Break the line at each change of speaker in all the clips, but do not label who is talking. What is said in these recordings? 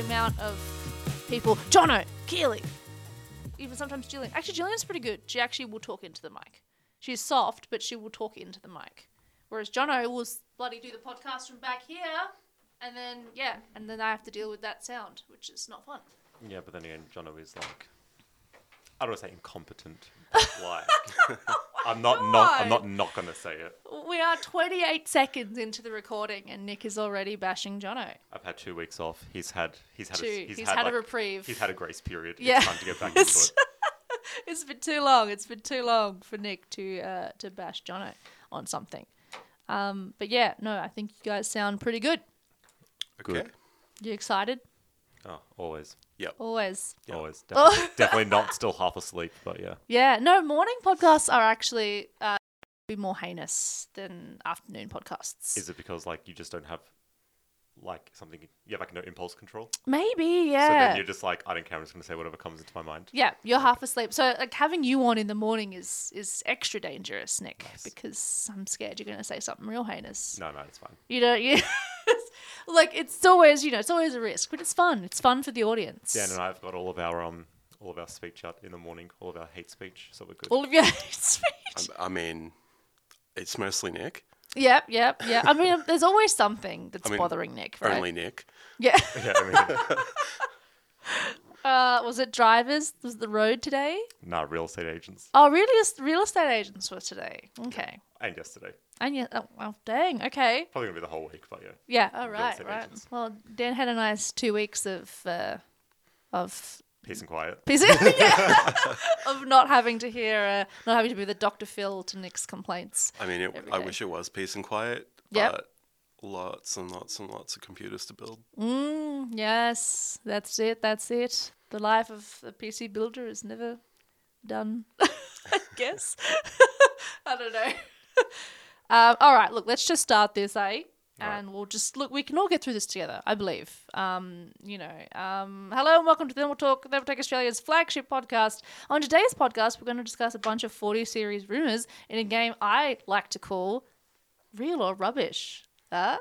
amount of people. Jono, Keely, even sometimes Jillian. Actually, Jillian's pretty good. She actually will talk into the mic. She's soft, but she will talk into the mic. Whereas Jono will s- bloody do the podcast from back here, and then yeah, and then I have to deal with that sound, which is not fun.
Yeah, but then again, Jono is like, I don't want to say incompetent, but like, I'm not not I'm not not gonna say it.
We are 28 seconds into the recording, and Nick is already bashing Jono.
I've had two weeks off. He's had he's had
Two.
A, he's,
He's
had,
had a
like-
reprieve.
He's had a grace period.
Yeah.
It's time to get back into it.
It's been too long. It's been too long for Nick to uh, to bash Jono on something. Um, but yeah, no, I think you guys sound pretty good.
Good.
Okay.
You excited?
Oh, always,
Yep.
Always.
always, definitely, definitely not still half asleep, but yeah.
Yeah, no, morning podcasts are actually uh, be more heinous than afternoon podcasts.
Is it because like you just don't have like something you have like no impulse control?
Maybe,
So
yeah.
then you're just like, I don't care. I'm just gonna say whatever comes into my mind.
yeah, you're half asleep. So like having you on in the morning is is extra dangerous, Nick, because I'm scared you're going to say something real heinous.
No, no, it's fine.
You know, you like it's always, you know, it's always a risk, but it's fun. It's fun for the audience.
Dan and I have got all of our um all of our speech out in the morning, all of our hate speech, so we're good.
All of your speech.
I mean, it's mostly Nick.
Yep, yep, yeah. I mean, there's always something that's
I mean,
bothering Nick, right?
Only Nick.
Yeah.
yeah, I mean,
Uh, was it drivers? Was it the road today?
nah, real estate agents.
Oh, really? It's Real estate agents were today. Okay.
And yesterday,
And yeah, oh, well, dang. Okay.
probably gonna be the whole week, but yeah.
Yeah. All
Real
right.
estate
Right.
agents.
Well, Dan had a nice two weeks of uh, of
Peace and quiet.
Yeah. of not having to hear, uh, not having to be the Doctor Phil to Nick's complaints.
I mean, it,
Every
I
day.
wish it was peace and quiet,
Yep.
but lots and lots and lots of computers to build.
Mm, yes, that's it. That's it. The life of a PC builder is never done. I guess. I don't know. um, all right, look, let's just start this, eh? And we'll just look. We can all get through this together, I believe. Um, you know. Um, hello and welcome to Then We'll Talk. Then We'll Take Australia's flagship podcast. On today's podcast, we're going to discuss a bunch of 40 series rumors in a game I like to call real or rubbish. Uh, Huh?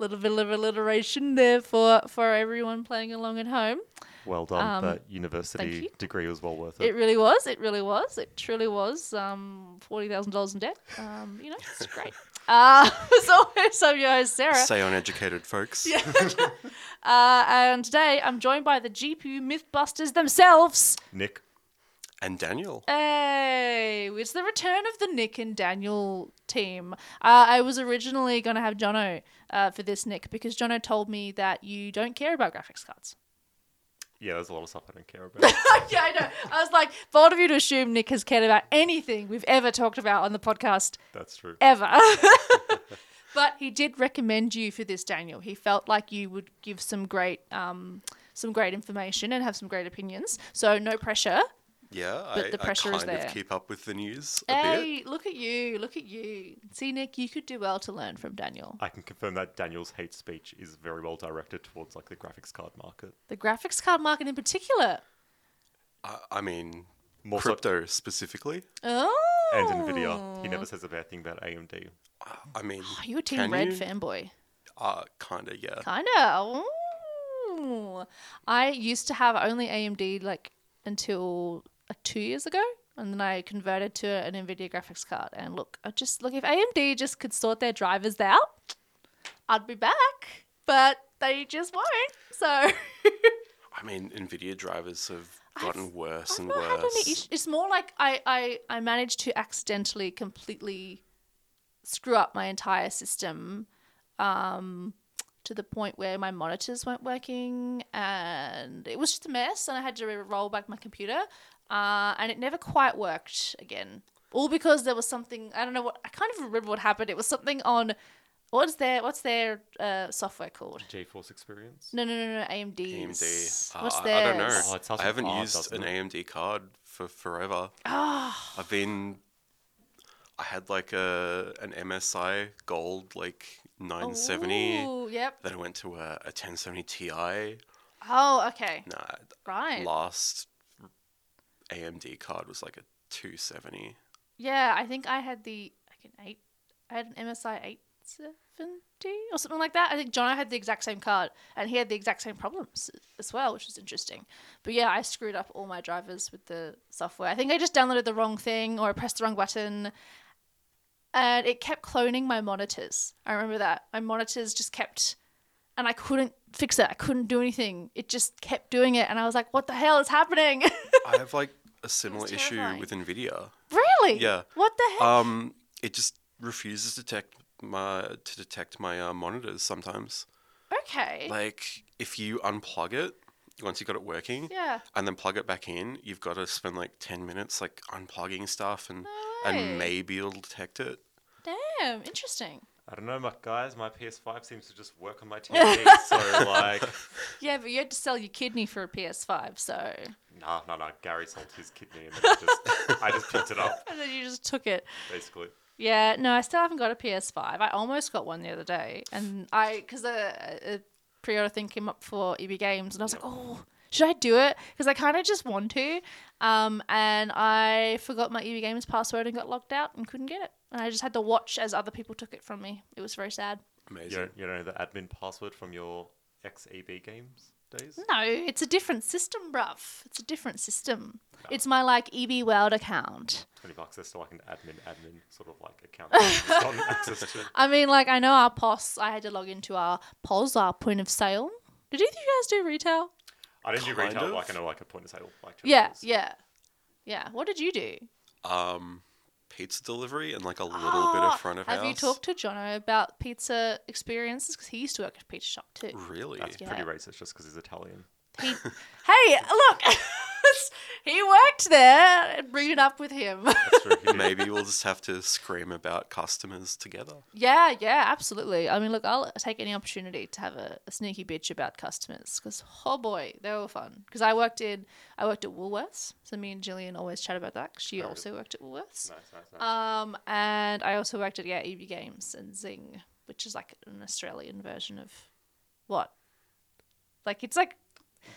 Little bit of alliteration there for, for everyone playing along at home.
Well done.
Um,
that university
you.
degree was well worth
It really was. It really was. It truly was. Um, forty thousand dollars in debt. Um, you know, it's great. Uh, as always, I'm your host Sarah,
Say uneducated folks.
uh, and today I'm joined by the GPU MythBusters themselves.
Nick,
And Daniel.
Hey, it's the return of the Nick and Daniel team. Uh, I was originally going to have Jono uh, for this Nick because Jono told me that you don't care about graphics cards.
yeah, there's a lot of stuff I don't care about.
yeah, I know. I was like, bold of you to assume Nick has cared about anything we've ever talked about on the podcast.
That's true.
ever. but he did recommend you for this, Daniel. He felt like you would give some great, um, some great information and have some great opinions. So no pressure.
Yeah,
But
I,
the pressure
I
is
kind
there.
of keep up with the news a bit.
Hey, look at you! Look at you! See, Nick, you could do well to learn from Daniel.
I can confirm that Daniel's hate speech is very well directed towards like the graphics card market.
The graphics card market, in particular.
I, I mean,
More so-
crypto specifically.
Oh,
And Nvidia, he never says a bad thing about AMD.
I mean,
Are you Oh, a Team
Can
Red
you?
fanboy?
uh, kind of, yeah.
Kinda. Ooh. I used to have only AMD like until uh, two years ago, and then I converted to an NVIDIA graphics card. And look, I just look if AMD just could sort their drivers out, I'd be back. But they just won't. So
I mean, NVIDIA drivers have gotten worse
I've
and
not had any
worse.
issue. It's more like I, I I managed to accidentally completely screw up my entire system, um, to the point where my monitors weren't working and it was just a mess. And I had to re- roll back my computer, uh, and it never quite worked again. All because there was something I don't know what I can't even remember what happened. It was something on what's their what's their uh, software called?
GeForce experience?
No no no no AMD.
AMD. Uh,
What's
I, I don't know.
theirs?
Oh, it sounds
I
like
haven't
art,
used an
doesn't it?
AMD card for forever.
Ah.
I've been. I had like a an MSI Gold like 970.
Ooh, yep.
Then I went to a, a 1070 Ti.
Oh, okay.
Nah,
Right.
last AMD card was like a 270.
Yeah, I think I had the like an eight. I had an MSI eight or something like that. I think Jono had the exact same card and he had the exact same problems as well, which was interesting. But yeah, I screwed up all my drivers with the software. I think I just downloaded the wrong thing or I pressed the wrong button and it kept cloning my monitors. I remember that. My monitors just kept and I couldn't fix it. I couldn't do anything. It just kept doing it and I was like, what the hell is happening?
I have like a similar issue
terrifying.
with Nvidia.
really?
Yeah.
What the hell?
Um, it just refuses to detect my to detect my uh, monitors sometimes.
okay.
Like if you unplug it once you got it working,
yeah.
and then plug it back in, you've got to spend like ten minutes like unplugging stuff and
way.
and maybe it'll detect it.
Damn, interesting.
I don't know, my guys. My PS5 seems to just work on my TV. so like,
Yeah, but you had to sell your kidney for a PS5, so
nah, nah, nah. Gary sold his kidney, and then I just, I just picked it up,
and then you just took it.
basically.
Yeah, no, I still haven't got a PS5. I almost got one the other day, and I because a, a pre-order thing came up for EB Games, and I was like, oh, should I do it? Because I kind of just want to, um, and I forgot my EB Games password and got locked out and couldn't get it, and I just had to watch as other people took it from me. It was very sad.
You
Amazing.
don't, you don't know the admin password from your XEB games days?
No, it's a different system, bruv. It's a different system. It's my like EB World account.
20 bucks, they're still like an admin, admin sort of like account. that you've just gotten access to.
I mean, like I know our POS. I had to log into our POS, our point of sale. Did either of you guys do retail?
I didn't do
Kind
retail,
of.
like I know like a point of sale. Like
Yeah,
channels.
yeah, yeah. What did you do?
Um, pizza delivery and like a little bit
Ah,
of front of
Have
house.
you talked to Jono about pizza experiences? Because he used to work at a pizza shop too.
Really?
That's
Yeah.
pretty racist just because he's Italian.
He, hey, look, he worked there. Bring it up with him.
That's true. he did.
Maybe we'll just have to scream about customers together.
yeah, yeah, absolutely. I mean, look, I'll take any opportunity to have a, a sneaky bitch about customers because oh boy, they were fun. Because I worked in, I worked at Woolworths, so me and Jillian always chat about that. 'cause she
Oh,
also worked at Woolworths.
Nice, nice, nice.
Um, and I also worked at yeah, EB Games and Zing, which is like an Australian version of what? Like it's like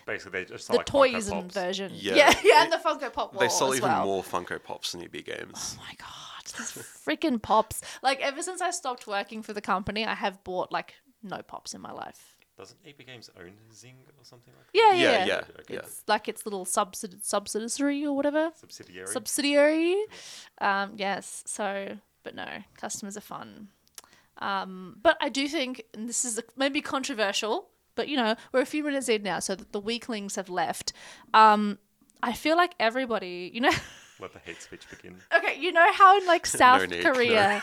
Basically, they just
the
like Funko
toys and
Pops.
version.
Yeah.
yeah, yeah, and the Funko Pop wall
they sell
as
even
well.
more Funko Pops than EB Games.
Oh my god, these freaking pops! Like ever since I stopped working for the company, I have bought like no pops in my life.
Doesn't EB Games own Zing or something like that?
Yeah, yeah, yeah.
Yeah, yeah, yeah.
It's like its little subsid- subsidiary or whatever.
Subsidiary.
subsidiary. Um, yes. So, but no, customers are fun. Um, but I do think and this is maybe controversial, but you know, we're a few minutes in now, so that the weaklings have left. Um, I feel like everybody, you know,
Let the hate speech begin.
okay, you know how in like South
Nick, no.
Korea.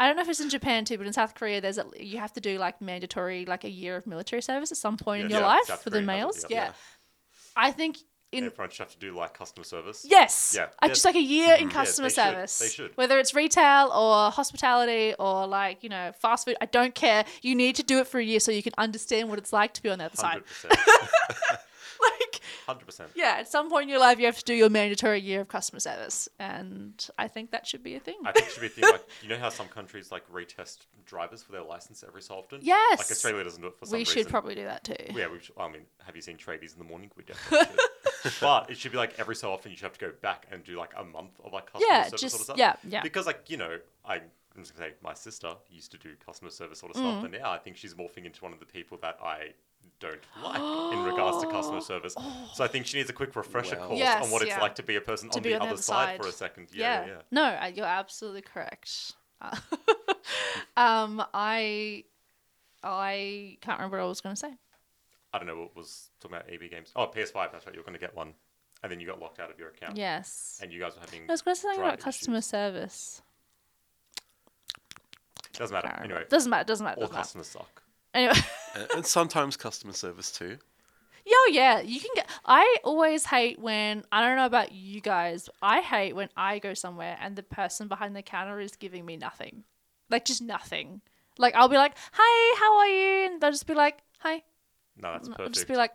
I don't know if it's in Japan too, but in South Korea, there's a, you have to do like mandatory like a year of military service at some point in
Yeah,
your
yeah,
life
South
for the
Korea has it,
males.
yeah.
Yeah. I think in
Everyone should have to do like customer service.
Yes.
Yeah. Mm-hmm.
Uh,
Yeah.
just like a year in customer
they should.
service.
They should.
Whether it's retail or hospitality or like, you know, fast food, I don't care. You need to do it for a year so you can understand what it's like to be on the other side.
Hundred percent.
Like,
Hundred percent.
yeah, at some point in your life, you have to do your mandatory year of customer service. And I think that should be a thing.
I think it should be a thing like you know how some countries like retest drivers for their license every so often.
Yes.
Like Australia doesn't do it for some
we
reason.
should probably do that too.
Yeah, we should, I mean, have you seen tradies in the morning? We definitely should. but it should be like every so often you should have to go back and do like a month of like customer
Yeah,
service
just-
sort of stuff.
yeah, yeah.
Because like you know, I, I'm just gonna say my sister used to do customer service sort of
Mm.
stuff, and now I think she's morphing into one of the people that I don't like in regards to customer service. So I think she needs a quick refresher
Wow.
course
Oh. Yes,
on what it's
yeah.
like to be a person on
be
the
on
other side, for a second. Yeah, yeah. yeah.
No, I- you're absolutely correct. Uh, um, I, I can't remember what I was going to say.
I don't know what was talking about AB games. Oh, PS5. That's right. You're gonna get one, and then you got locked out of your account.
Yes.
Oh. And you guys were having.
I was going to say something
drive
about customer
issues.
service.
Doesn't matter. Anyway,
doesn't matter. Doesn't matter.
all
Doesn't matter.
customers suck.
Anyway,
And, and sometimes customer service too.
yo, yeah, you can get. I always hate when I don't know about you guys. but I hate when I go somewhere and the person behind the counter is giving me nothing, like just nothing. Like I'll be like, "Hi, how are you?" And they'll just be like, "Hi."
No, that's
And
perfect.
I'll just be like,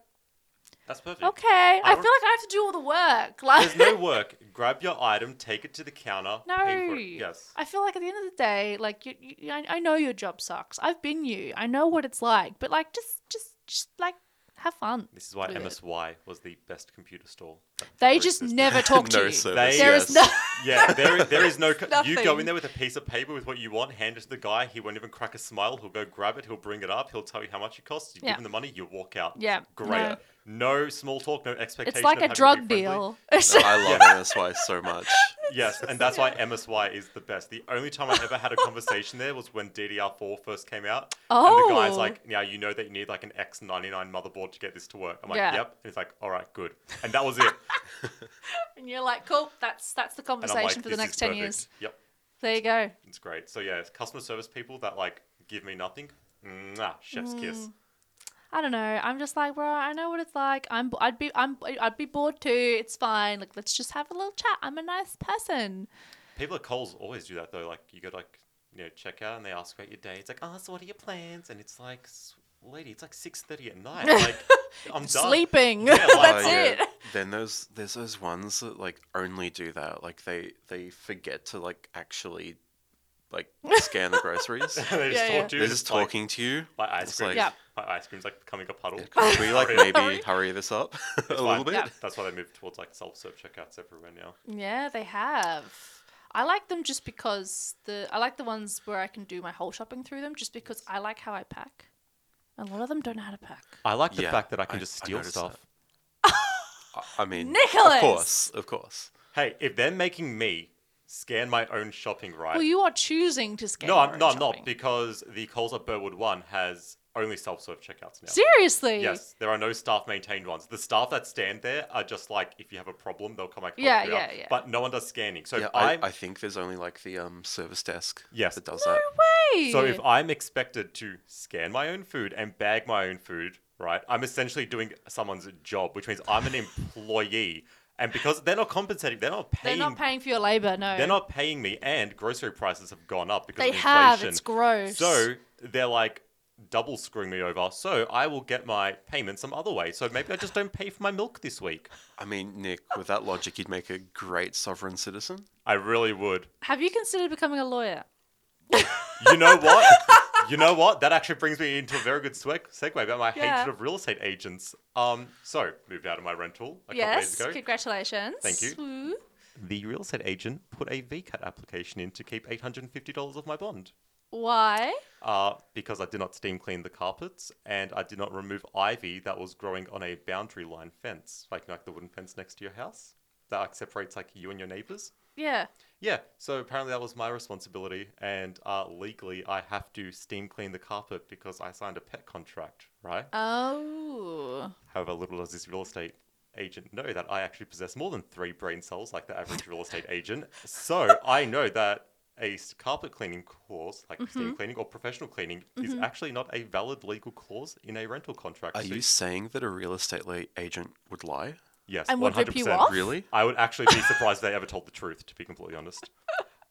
that's perfect.
"Okay." I, feel
don't-
like I have to do all the work. Like,
There's no work. Grab your item, take it to the counter. pay
No.
for it. Yes.
I feel like at the end of the day, like you, you I, I know your job sucks. I've been you. I know what it's like. But like, just, just, just like, have fun.
This is why
with it.
MSY was the best computer store.
They just
Roosters.
never talk to
no
you.
service.
There
yes.
is no.
Yeah, there, there is no. Co- you go
Nothing.
in there with a piece of paper with what you want, hand it to the guy. He won't even crack a smile. He'll go grab it. He'll bring it up. He'll tell you how much it costs. You
Yeah.
give him the money. You walk out.
Yeah,
great. No, small talk. No expectation.
It's like
of
a
having to
drug
be friendly.
deal. It's
No, I love
Yeah.
MSY so much.
Yes, and that's why MSY is the best. The only time I ever had a conversation there was when DDR4 first came out. And the guy's
Oh.
like, now you know that you need like an X99 motherboard to get this to work. I'm like,
Yeah.
yep. And he's like, all right, good. And that was it.
and you're like, cool. That's that's the
And I'm
conversation
like,
for the
"This is
next ten
perfect."
years.
Yep,
There you go.
it's great. So yeah, it's customer service people that like give me nothing. Nah,
Mm.
chef's kiss.
I don't know. I'm just like, bro. I know what it's like. I'm. bo- I'd be. I'm. I'd be bored too. It's fine. Like, let's just have a little chat. I'm a nice person.
People at Coles always do that though. Like you go to, like you know check out and they ask about your day. It's like, oh, so what are your plans? And it's like, "S- lady, it's like six thirty at night. Like I'm done.
Sleeping.
Yeah, like-
that's
Oh, yeah.
it.
Then there's there's those ones that like only do that. Like they they forget to like actually like scan the groceries.
they just
Yeah,
talk
yeah.
to you.
They're just
like,
talking to you.
My ice
It's
cream.
like-
Yeah.
My ice cream's like becoming a puddle.
Could we like
Hurry up.
maybe hurry this up a little bit?
Yeah.
That's why they moved towards like self-serve checkouts everywhere now.
Yeah, they have. I like them just because the I like the ones where I can do my whole shopping through them just because I like how I pack. A lot of them don't know how to pack.
I like
the Yeah, fact that I can I- just I steal noticed stuff. I- I mean,
Nicholas!
of course, of course.
Hey, if they're making me scan my own shopping, right?
Well, you are choosing to scan.
no,
your
I'm,
own
no, I'm not
shopping.
because the Coles at Burwood One has only self-serve checkouts now.
Seriously.
Yes, there are no staff maintained ones. The staff that stand there are just like, if you have a problem, they'll come like, help
Yeah,
you out.
yeah, yeah.
But no one does scanning. So
yeah,
if
I,
I'm,
I think there's only like the um service desk.
Yes.
that does
No
that.
way.
so if I'm expected to scan my own food and bag my own food, right? I'm essentially doing someone's job, which means I'm an employee. And because they're not compensating, they're not
they're
paying.
not paying for your labor, no.
they're not paying me, and grocery prices have gone up because
They
of
have.
inflation.
It's gross.
So they're like double screwing me over. So I will get my payment some other way. So maybe I just don't pay for my milk this week.
I mean, Nick, with that logic, you'd make a great sovereign citizen.
I really would.
have you considered becoming a lawyer?
You know what? you know what? That actually brings me into a very good sweg- segue about my
Yeah.
hatred of real estate agents. Um, so moved out of my rental a couple
yes.
days ago.
Congratulations.
Thank you.
Woo.
The real estate agent put a VCAT application in to keep eight hundred and fifty dollars of my bond.
Why?
Uh, because I did not steam clean the carpets and I did not remove ivy that was growing on a boundary line fence, like like the wooden fence next to your house that like, separates like you and your neighbors.
Yeah.
Yeah, so apparently that was my responsibility, and uh, legally I have to steam clean the carpet because I signed a pet contract, right?
Oh.
However, little does this real estate agent know that I actually possess more than three brain cells, like the average real estate agent. So I know that a s- carpet cleaning clause, like
Mm-hmm.
steam cleaning or professional cleaning, is actually not a valid legal clause in a rental contract.
Are
So-
you saying that a real estate la- agent would lie?
Yes,
And would rip you
100%.
off?
Really?
I would actually be surprised if they ever told the truth, to be completely honest.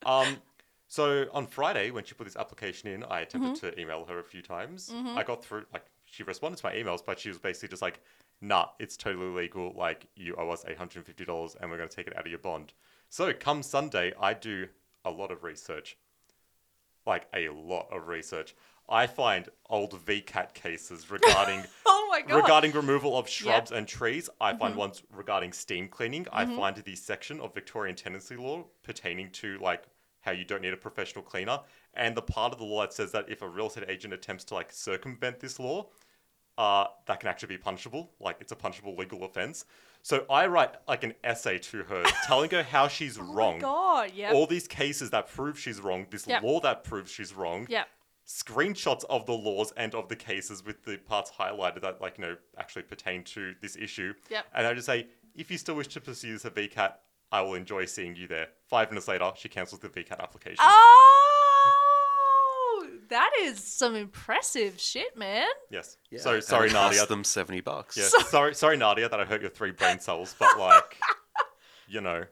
Um, so on Friday, when she put this application in, I attempted to email her a few times. I got through, like, she responded to my emails, but she was basically just like, nah, it's totally legal. Like, you owe us $850 and we're going to take it out of your bond. So come Sunday, I do a lot of research. Like, a lot of research. I find old VCAT cases regarding
Oh my god. Mm-hmm.
regarding removal of shrubs and trees, I find ones regarding steam cleaning. I find the section of Victorian tenancy law pertaining to like how you don't need a professional cleaner, and the part of the law that says that if a real estate agent attempts to like circumvent this law, uh, that can actually be punishable. Like it's a punishable legal offense. So I write like an essay to her, telling her how she's
Oh my
wrong.
god. Yep.
All these cases that prove she's wrong, this
Yep.
law that proves she's wrong,
Yep.
screenshots of the laws and of the cases with the parts highlighted that like you know actually pertain to this issue.
Yep.
And I just say, if you still wish to pursue this at VCAT, I will enjoy seeing you there. Five minutes later, she cancels the VCAT application.
Oh, that is some impressive shit, man.
Yes. So sorry,
and it costs
Nadia.
them seventy bucks.
Yeah. sorry, sorry, Nadia, that I hurt your three brain cells, but like, you know.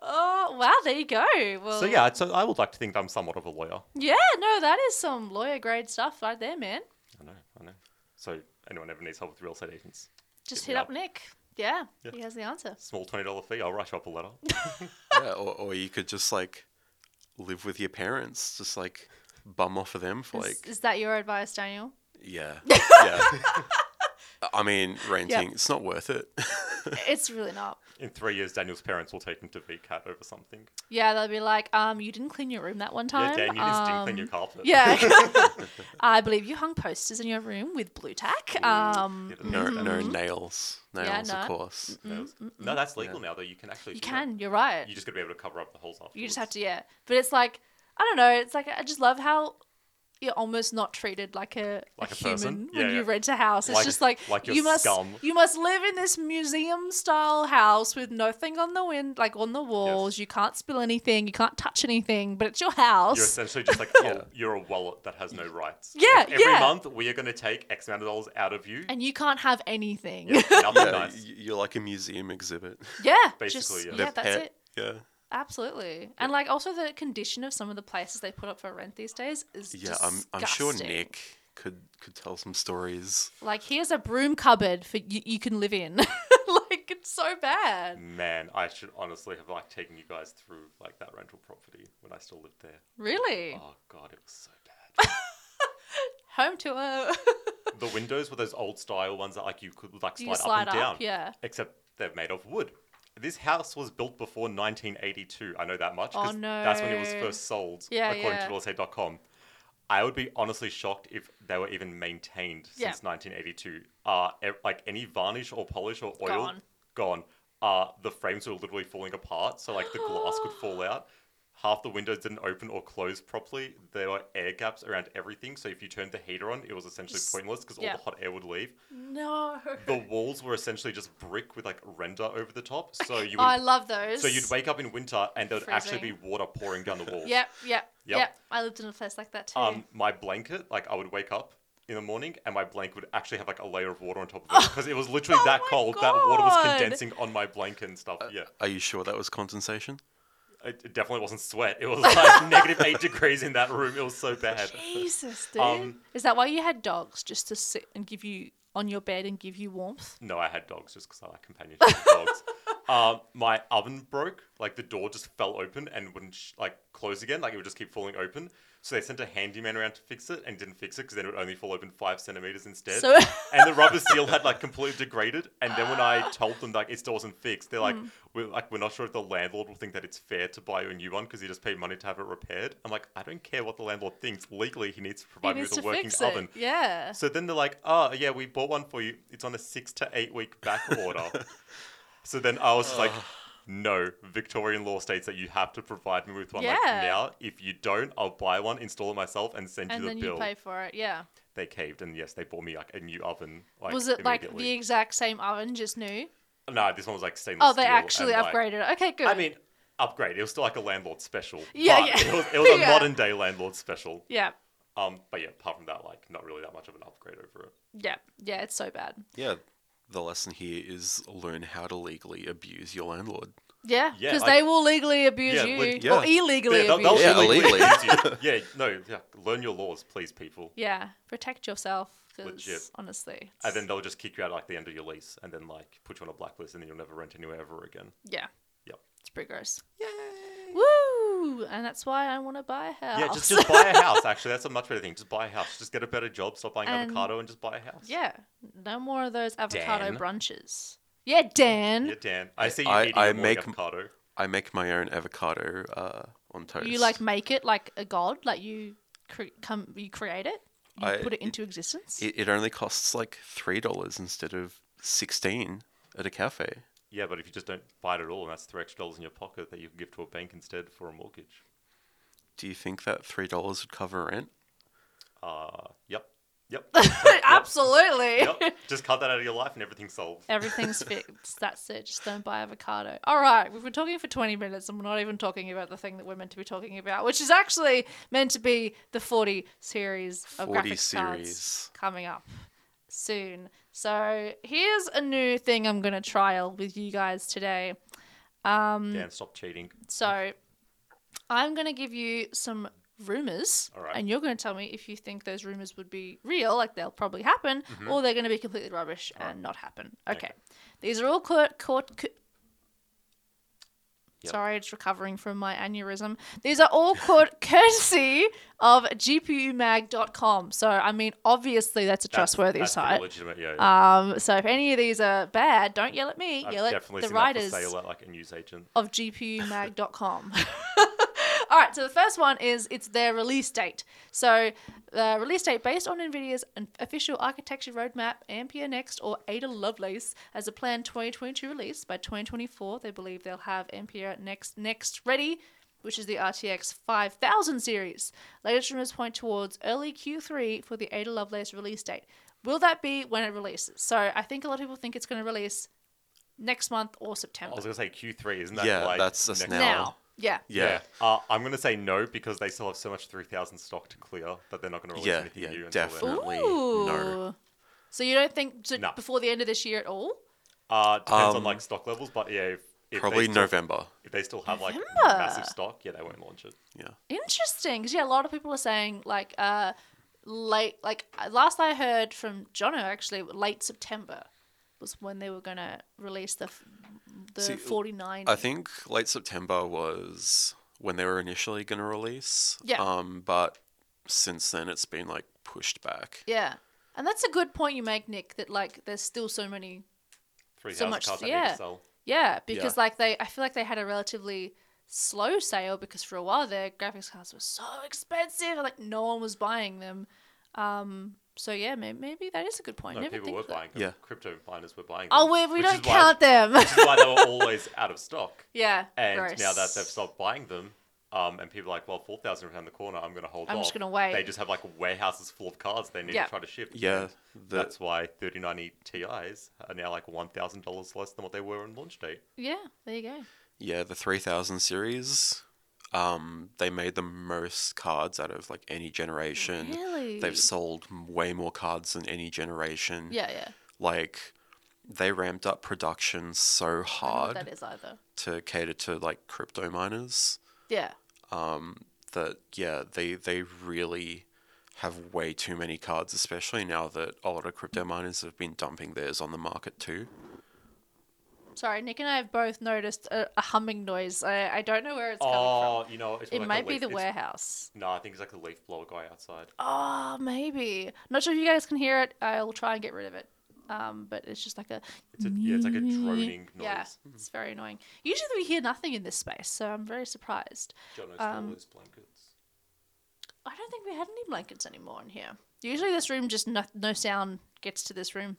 Oh, wow, there you go. Well,
So yeah, so I would like to think I'm somewhat of a lawyer.
yeah, no, that is some lawyer grade stuff right there, man.
I know, I know. So anyone ever needs help with real estate agents?
Just
Give me
hit up
that.
Nick. Yeah,
Yeah.
he has the answer.
Small twenty dollar fee. I'll write you up a letter.
Yeah, or, or you could just like live with your parents, just like bum off of them for
Is-
like
is, that your advice, Daniel?
yeah, yeah. I mean, renting, it's not worth it.
it's really not.
In three years, Daniel's parents will take him to VCAT over something.
Yeah, they'll be like, um, you didn't clean your room that one time.
Yeah, Daniel is
um,
dinkling your carpet.
Yeah. I believe you hung posters in your room with blue tack. Um,
Yeah, but
No, no
Mhm.
nails. Nails,
Mm-hmm. Yeah,
of
no.
course.
No, no, that's legal now, though. You can
mm-hmm.
actually.
you
do that.
can, you're right.
You just got to be able to cover up the holes afterwards.
You just have to, yeah. But it's like, I don't know. It's like, I just love how you're almost not treated like a,
Like a
human
person?
when
Yeah,
you
yeah.
rent a house. It's
Like-
just like,
like you're
you must
scum.
you must live in this museum style house with nothing on the wind, like on the walls. You can't spill anything. You can't touch anything. But it's your
You're
house.
essentially just like, oh, you're a wallet that has no rights.
Yeah,
Like, every
yeah.
month we are going to take X amount of dollars out of you.
and you can't have anything.
yeah,
Yeah,
nothing
Yeah,
nice.
y- you're like a museum exhibit.
Basically,
just-
yeah.
yeah.
Their
that's
pet-
it.
Yeah.
Absolutely. And like also the condition of some of the places they put up for rent these days is
Yeah, I'm, I'm sure
disgusting.
Nick could could tell some stories.
Like here's a broom cupboard for you, you can live in. like it's so bad.
Man, I should honestly have like taken you guys through like that rental property when I still lived there.
Really.
Oh god, it was so bad.
Home tour.
the windows were those old style ones that like you could like
Do
slide,
you slide
up and
up?
down.
Yeah.
Except they're made of wood. This house was built before 1982. I know that much
Oh,
'cause that's when it was
no.
first sold,
Yeah,
according
yeah.
to realestate.com. I would be honestly shocked if they were even maintained
Yeah.
since 1982. Uh, e- like any varnish or polish or oil
Gone.
gone. Uh, the frames were literally falling apart, so like the glass could fall out. Half the windows didn't open or close properly. There were air gaps around everything, so if you turned the heater on, it was essentially
Just-
pointless because
yeah.
all the hot air would leave.
No.
The walls were essentially just brick with like render over the top, so you
Oh, I
would,
love those.
so you'd wake up in winter and there would actually be
Freezing.
water pouring down the walls.
Yep, yep,
Yep.
yep, I lived in a place like that too.
Um, my blanket, like I would wake up in the morning and my blanket would actually have like a layer of water on top of it because it was literally
Oh
that
my
cold that water was
God.
condensing on my blanket and stuff. Yeah.
Are you sure that was condensation?
It it definitely wasn't sweat. It was like negative eight degrees in that room. It was so bad.
Jesus, dude.
Um,
Is that why you had dogs just to sit and give you on your bed and give you warmth?
No, I had dogs just because I like companionship with dogs. Um, my oven broke. Like the door just fell open and wouldn't sh- like close again. Like it would just keep falling open. So they sent a handyman around to fix it and didn't fix it because then it would only fall open five centimeters instead.
So-
and the rubber seal had like completely degraded. And then when I told them like it still wasn't fixed, they're like,
Hmm.
we're like we're not sure if the landlord will think that it's fair to buy you a new one because he just paid money to have it repaired. I'm like, I don't care what the landlord thinks. Legally, he needs to
He
provide me
needs
with
to
a working
fix it.
oven.
Yeah.
So then they're like, oh, yeah, we bought one for you. It's on a six to eight week back order. so then I was just like, no, Victorian law states that you have to provide me with one
Yeah.
like now. If you don't, I'll buy one, install it myself, and send
And
you the
then
bill.
you pay for it. Yeah.
They caved, and yes, they bought me like a new oven. Like,
was it like the
immediately.
exact same oven, just new?
No, this one was like stainless
Oh, they
steel
actually
and, like-
upgraded. it. Okay, good.
I mean, upgrade. It was still like a landlord special.
Yeah,
but
yeah.
It was, it was a
Yeah.
modern day landlord special.
yeah,
Um, but yeah, apart from that, like not really that much of an upgrade over it.
yeah, yeah. It's so bad.
Yeah. The lesson here is learn how to legally abuse your landlord.
Yeah,
Yeah,
because
like-
they will legally abuse
Yeah,
you
leg-
yeah.
or illegally
they'll-
abuse you.
Yeah,
they'll illegally
illegally.
abuse you. yeah, no, yeah, learn your laws, please, people.
Yeah, protect yourself.
Legit.
Because honestly,
And
it's-
then they'll just kick you out like the end of your lease, and then like put you on a blacklist, and then you'll never rent anywhere ever again.
yeah,
Yep.
it's pretty gross. Woo! And that's why I want to buy a house.
Yeah, just just buy a house. Actually, that's a much better thing. Just buy a house. Just get a better job. Stop buying
And-
avocado and just buy a house.
Yeah, no more of those avocado
Dan.
brunches. Yeah, Dan,
Yeah, Dan. I see you
I-
eating
I
your morning
make-
avocado.
I make my own avocado uh, on toast.
you like make it like a god, like you cre- come, you create it, you
I-
put it
it-
into existence.
it, it only costs like three dollars instead of sixteen at a cafe.
Yeah, but if you just don't buy it at all, and that's three extra dollars in your pocket that you can give to a bank instead for a mortgage.
Do you think that three dollars would cover rent?
Uh, yep, yep,
Absolutely.
yep. Just cut that out of your life, and everything's solved.
Everything's fixed. That's it. Just don't buy avocado. All right. We've been talking for 20 minutes and we're not even talking about the thing that we're meant to be talking about, which is actually meant to be the 40 series of
40
graphics cards
series.
coming up soon. So here's a new thing I'm going to trial with you guys today. Um,
Dan, stop cheating.
So I'm going to give you some rumors
All right.
and you're going to tell me if you think those rumors would be real, like they'll probably happen,
Mm-hmm.
or they're going to be completely rubbish and not happen. Okay.
Okay.
These are all court court. co-
Yep.
Sorry, just recovering from my aneurysm. These are all cour- courtesy of gpumag.com. So, I mean, obviously that's a
That's-
trustworthy
that's pretty
site.
Legitimate, yeah.
Um, so if any of these are bad, don't yell at me.
I've
yell at
definitely
the
seen
writers
that for sale at like a newsagent.
of gpumag.com. All right, so the first one is it's their release date. So the release date based on NVIDIA's an- official architecture roadmap, Ampere Next or Ada Lovelace as a planned 2022 release. By 2024, they believe they'll have Ampere Next Next ready, which is the RTX 5000 series. Latest rumors point towards early Q3 for the Ada Lovelace release date. Will that be when it releases? So I think a lot of people think it's going to release next month or
I
September.
was gonna say Q3, isn't that
Yeah,
like
that's just
next
now.
now.
month?
Yeah.
Yeah.
Uh, I'm gonna say no because they still have so much 3000 stock to clear that they're not gonna release
Yeah,
anything
yeah,
new until
definitely.
then.
no.
Ooh. So you don't think so
No.
before the end of this year at all?
Uh, depends on
Um,
like stock levels, but yeah, if, if
Probably
they still,
November.
If they still have like
November.
massive stock, yeah, they won't launch it.
Yeah.
Interesting, because yeah, a lot of people are saying like uh late, like uh, last I heard from Jono actually, late September was when they were gonna release the f- the
See,
forty nine.
I think late September was when they were initially going to release.
Yeah.
Um, but since then, it's been like pushed back.
Yeah, and that's a good point you make, Nick. That like there's still so many
3000
much-
cars that need
yeah.
to sell.
Yeah, because
Yeah.
like they, I feel like they had a relatively slow sale because for a while their graphics cards were so expensive, and, like no one was buying them. Um, so yeah, maybe, maybe that is a good point.
No,
Never
people
think
were
of that.
buying them.
Yeah.
Crypto miners were buying them.
Oh, we, we
which
don't
is why-
count them.
Which is why they were always out of stock.
yeah,
And
gross.
now that they've stopped buying them, um, and people are like, well, 4,000 around the corner, I'm going to hold
I'm
off.
just gonna wait.
They just have like warehouses full of cards they need
Yeah.
to try to ship.
Yeah. The,
That's why 3090 Ti's are now like $1,000 less than what they were on launch date.
yeah, there you go.
yeah. The 3000 series, um, they made the most cards out of like any generation.
Really?
They've sold m- way more cards than any generation.
yeah, yeah.
Like, they ramped up production
I
so
don't know what
hard
that is either.
to cater to like crypto miners.
Yeah,
um, that yeah they they really have way too many cards, especially now that a lot of crypto miners have been dumping theirs on the market too.
sorry, Nick and I have both noticed a, a humming noise. I, I don't know where it's coming
Oh, you know, it's
from. It
like
might
a
be
leaf-
the
it's-
warehouse.
No, I think it's like the leaf blower guy outside.
Oh, maybe. Not sure if you guys can hear it. I'll try and get rid of it. Um, but it's just like a.
It's a, yeah, it's like a droning noise.
Yeah, it's very annoying. Usually we hear nothing in this space, so I'm very surprised.
John O'Storm
Um,
loose blankets.
I don't think we had any blankets anymore in here. Usually this room just no, no sound gets to this room.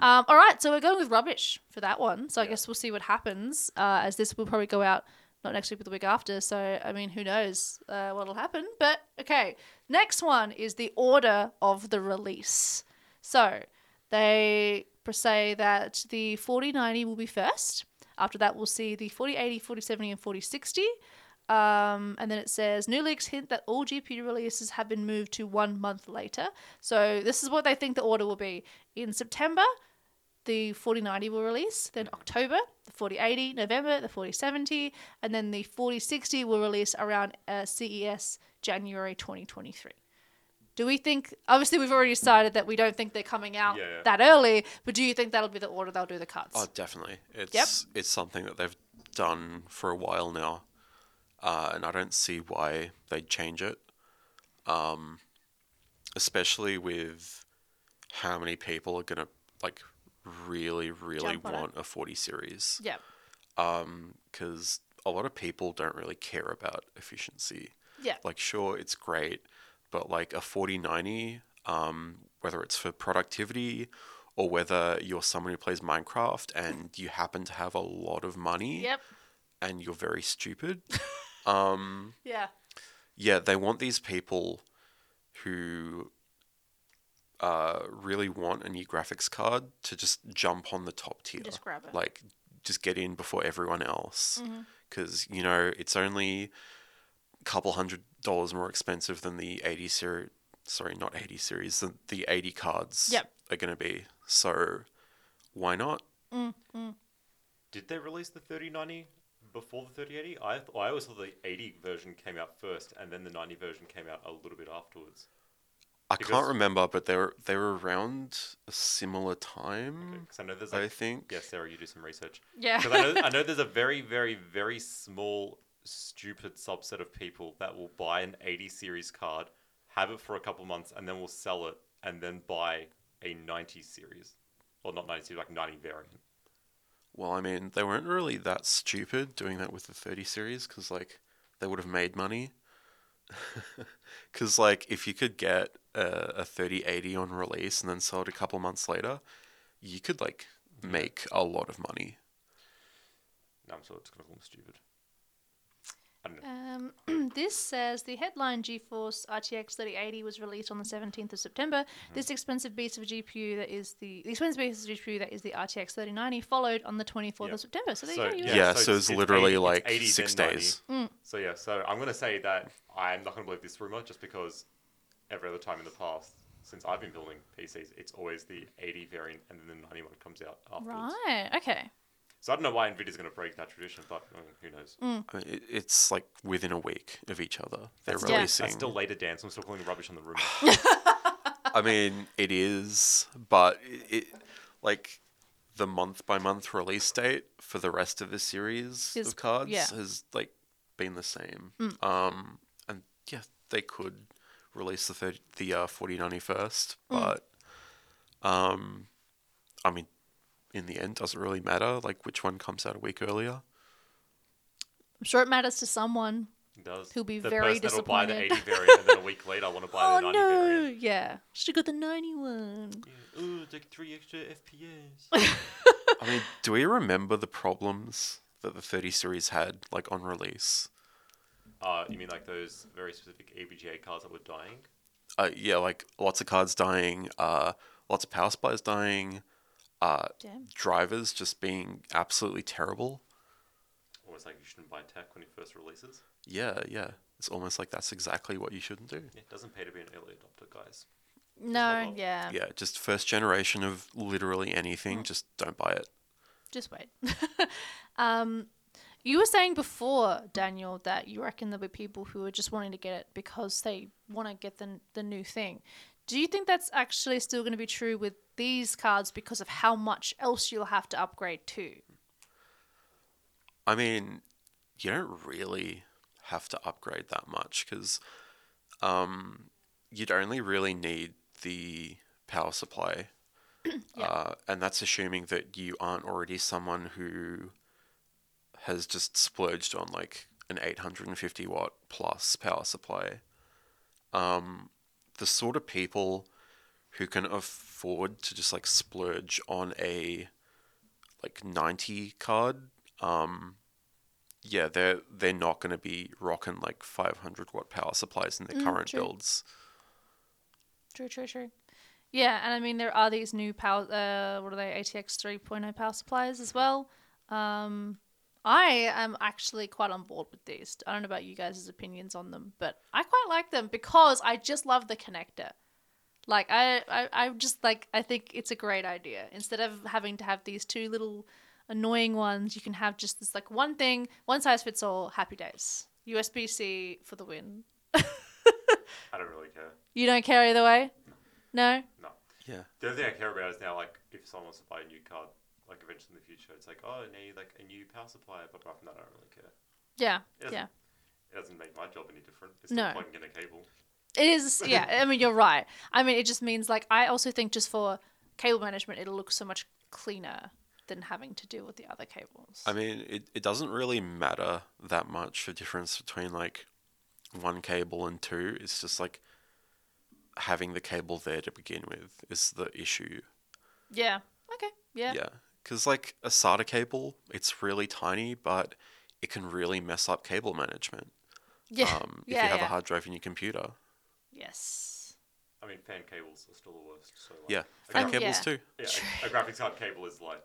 Um, all right, so we're going with rubbish for that one. So I
Yeah.
guess we'll see what happens. Uh, as this will probably go out not next week but the week after. So I mean, who knows uh, what'll happen? But okay, next one is the order of the release. So they per se that the 4090 will be first. After that, we'll see the 4080, 4070, and 4060. Um, and then it says new leaks hint that all GPU releases have been moved to one month later. So this is what they think the order will be. In September, the 4090 will release, then October, the 4080, November, the 4070, and then the 4060 will release around uh, CES January 2023. Do we think, obviously, we've already decided that we don't think they're coming out
Yeah.
that early, but do you think that'll be the order they'll do the cuts?
Oh, definitely. It's it's something that they've done for a while now, uh, and I don't see why they'd change it. Um, especially with how many people are gonna like really really
Jump on it.
want a 40 series
yeah.
because a lot of people don't really care about efficiency.
Yeah.
like sure it's great but like a 4090 um, whether it's for productivity or whether you're someone who plays minecraft and you happen to have a lot of money
Yep.
and you're very stupid um,
Yeah.
yeah they want these people who uh, really want a new graphics card to just jump on the top tier
Just grab it. Mm-hmm.
like just get in before everyone else because you know it's only a couple hundred dollars more expensive than the 80 series sorry not 80 series the, the 80 cards
Yep.
are going to be so why not
Mm,
Did they release the 3090 before the 3080? I, th- I always thought the 80 version came out first and then the 90 version came out a little bit afterwards.
I
Because-
can't remember, but they were they were around a similar
Mm.
time.
Because I know there's
I
like,
think.
yeah, Sarah, you do some research.
Yeah.
Because I know, I know there's a very, very, very small, stupid subset of people that will buy an 80 series card, have it for a couple months, and then will sell it, and then buy a 90 series. Well, not 90 series, like 90 variant.
Well, I mean, they weren't really that stupid doing that with the 30 series because, like, they would have made money. Because, like, if you could get a, a 3080 on release and then sell it a couple months later, you could, like, make a lot of money.
No, I'm sure it's going to look stupid. I don't know.
Um, this says the headline GeForce RTX 3080 was released on the 17th of September.
Mm-hmm.
This expensive beast of GPU that is the, the expensive beast of GPU that is the RTX 3090 followed on the 24th
Yeah.
of September. So there
So,
you go.
Yeah,
Yeah,
so
so,
it's-
it's,
it's
literally
80 it's
like
80,
six
then 90.
days.
So, yeah, so I'm going to say that I'm not going to believe this rumor just because every other time in the past, since I've been building PCs, it's always the 80 variant and then the 91 comes out afterwards.
Right. Okay.
So I don't know why Nvidia's going to break that tradition, but I mean, who knows?
I mean, it, it's like within a week of each other. They're
That's
still-
releasing.
That's still later, Dan. So I'm still calling you rubbish on the rumor.
I mean, it is, but it, it like the month by month release date for the rest of the series
Is-
of cards
yeah. Mm.
has like been the same. Um, and yeah, they could release the 30, the uh, 4090 first,
Mm.
but um, I mean, in the end, doesn't really matter like which one comes out a week earlier.
I'm sure it matters to someone.
It does.
He'll be
the
very
person that'll buy the 80
disappointed.
variant and then a week later, I want to buy
Oh
the 90
no!
variant.
Yeah, should have got the 91.
Yeah. Ooh, it's like three extra FPS.
I mean, do we remember the problems that the 30 series had like on release?
uh, you mean like those very specific ABGA cards that were dying?
uh, yeah, like lots of cards dying, uh, lots of power supplies dying, uh,
Damn.
drivers just being absolutely terrible.
Almost like you shouldn't buy tech when it first releases.
Yeah, yeah. It's almost like that's exactly what you shouldn't do.
Yeah, it doesn't pay to be an early adopter, guys.
No,
hold on.
yeah.
Yeah, just first generation of literally anything, just don't buy it.
Just wait. um, you were saying before, Daniel, that you reckon there'll be people who are just wanting to get it because they want to get the, the new thing. Do you think that's actually still going to be true with these cards because of how much else you'll have to upgrade to?
I mean, you don't really have to upgrade that much because um, you'd only really need the power supply.
Yeah.
uh, and that's assuming that you aren't already someone who has just splurged on like an 850 watt plus power supply. Um, the sort of people who can afford to just like splurge on a like 90 card um yeah they're they're not going to be rocking like 500 watt power supplies in their
Mm,
current
true.
builds
True, true, true. Yeah, and I mean there are these new power. Uh, what are they? ATX 3.0 power supplies as well. Um, I am actually quite on board with these. I don't know about you guys' opinions on them, but I quite like them because I just love the connector. Like I, I, I just like I think it's a great idea. Instead of having to have these two little annoying ones, you can have just this like one thing, one size fits all. Happy days. USB C for the win.
I don't really care.
You don't care either way. No.
No.
yeah
The only thing I care about is now, like, if someone wants to buy a new card, like, eventually in the future, it's like, oh, I need, like, a new power supply. But apart from that, I don't really care.
Yeah.
It doesn't,
Yeah.
It doesn't make my job any different. It's still
No.
plugging in a cable.
It is, yeah. I mean, you're right. I mean, it just means like I also think just for cable management, it'll look so much cleaner than having to deal with the other cables.
i mean it, it doesn't really matter that much the difference between like one cable and two it's just like having the cable there to begin with is the issue
yeah. Okay. Yeah.
yeah because like a sata cable it's really tiny but it can really mess up cable management
Yeah.
um, if
yeah,
you have
yeah.
a hard drive in your computer
yes.
I mean, fan cables are still the worst. So like,
yeah
a
fan
graphic-
Okay.
cables
Yeah.
too
Yeah, a, a graphics card cable is like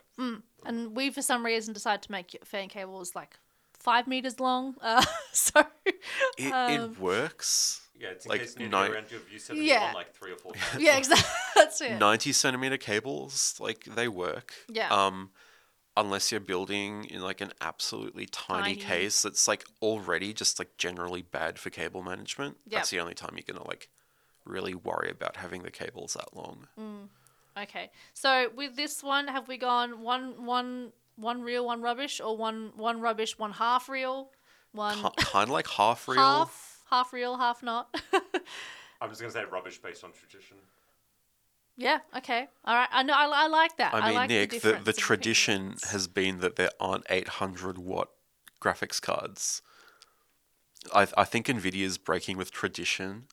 And we, for some reason, decided to make fan cables like five meters long. Uh, so
It,
Um,
it works.
yeah, it's in
Like
case you need
nine-
to go around to a view seven
Yeah.
yeah. like three or four times.
yeah, exactly. That's it.
90 centimeter cables, like they work.
Yeah.
Um, unless you're building in like an absolutely
Tiny.
tiny, case that's like already just like generally bad for cable management.
Yep.
That's the only time you're gonna like really worry about having the cables that long.
Okay. So with this one, have we gone one one one real, one rubbish, or one one rubbish, one half real, one
Kind of like half real.
half half real, half not?
I'm just going to say rubbish based on tradition.
yeah. Okay. All right. I know. I, I like that.
I mean,
like
Nick,
the,
the, the,
difference in
tradition
opinions.
has been that there aren't 800 watt graphics cards. I, I think Nvidia's breaking with tradition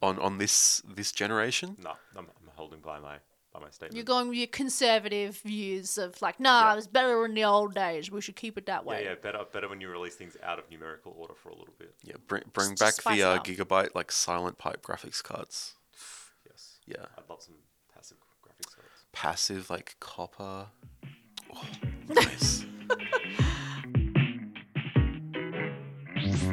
on, on this this generation.
No, I'm, I'm holding by my by my statement.
You're going with your conservative views of like, no,
Yeah.
it was better in the old days. We should keep it that
yeah,
way.
yeah, better better when you release things out of numerical order for a little bit.
Yeah, bring, bring
Just to
back
spice it
the uh,
up.
gigabyte like silent pipe graphics cards.
Yes.
Yeah,
I'd love some passive graphics cards.
passive like copper. Oh, nice.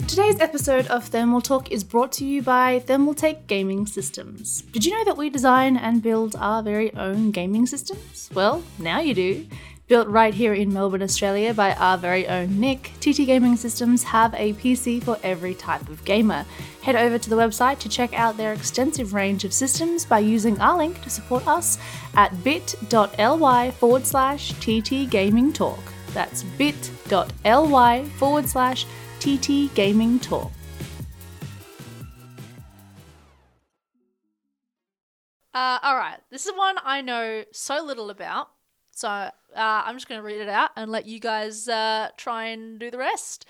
Today's episode of Thermal Talk is brought to you by Thermaltake Gaming Systems. Did you know that we design and build our very own gaming systems? Well, now you do. Built right here in Melbourne, Australia by our very own Nick, TT Gaming Systems have a PC for every type of gamer. Head over to the website to check out their extensive range of systems by using our link to support us at bit.ly forward slash TT Gaming Talk. That's bit.ly forward slash TT Gaming Talk.
Uh, all right. This is one I know so little about. So uh, I'm just going to read it out and let you guys uh, try and do the rest.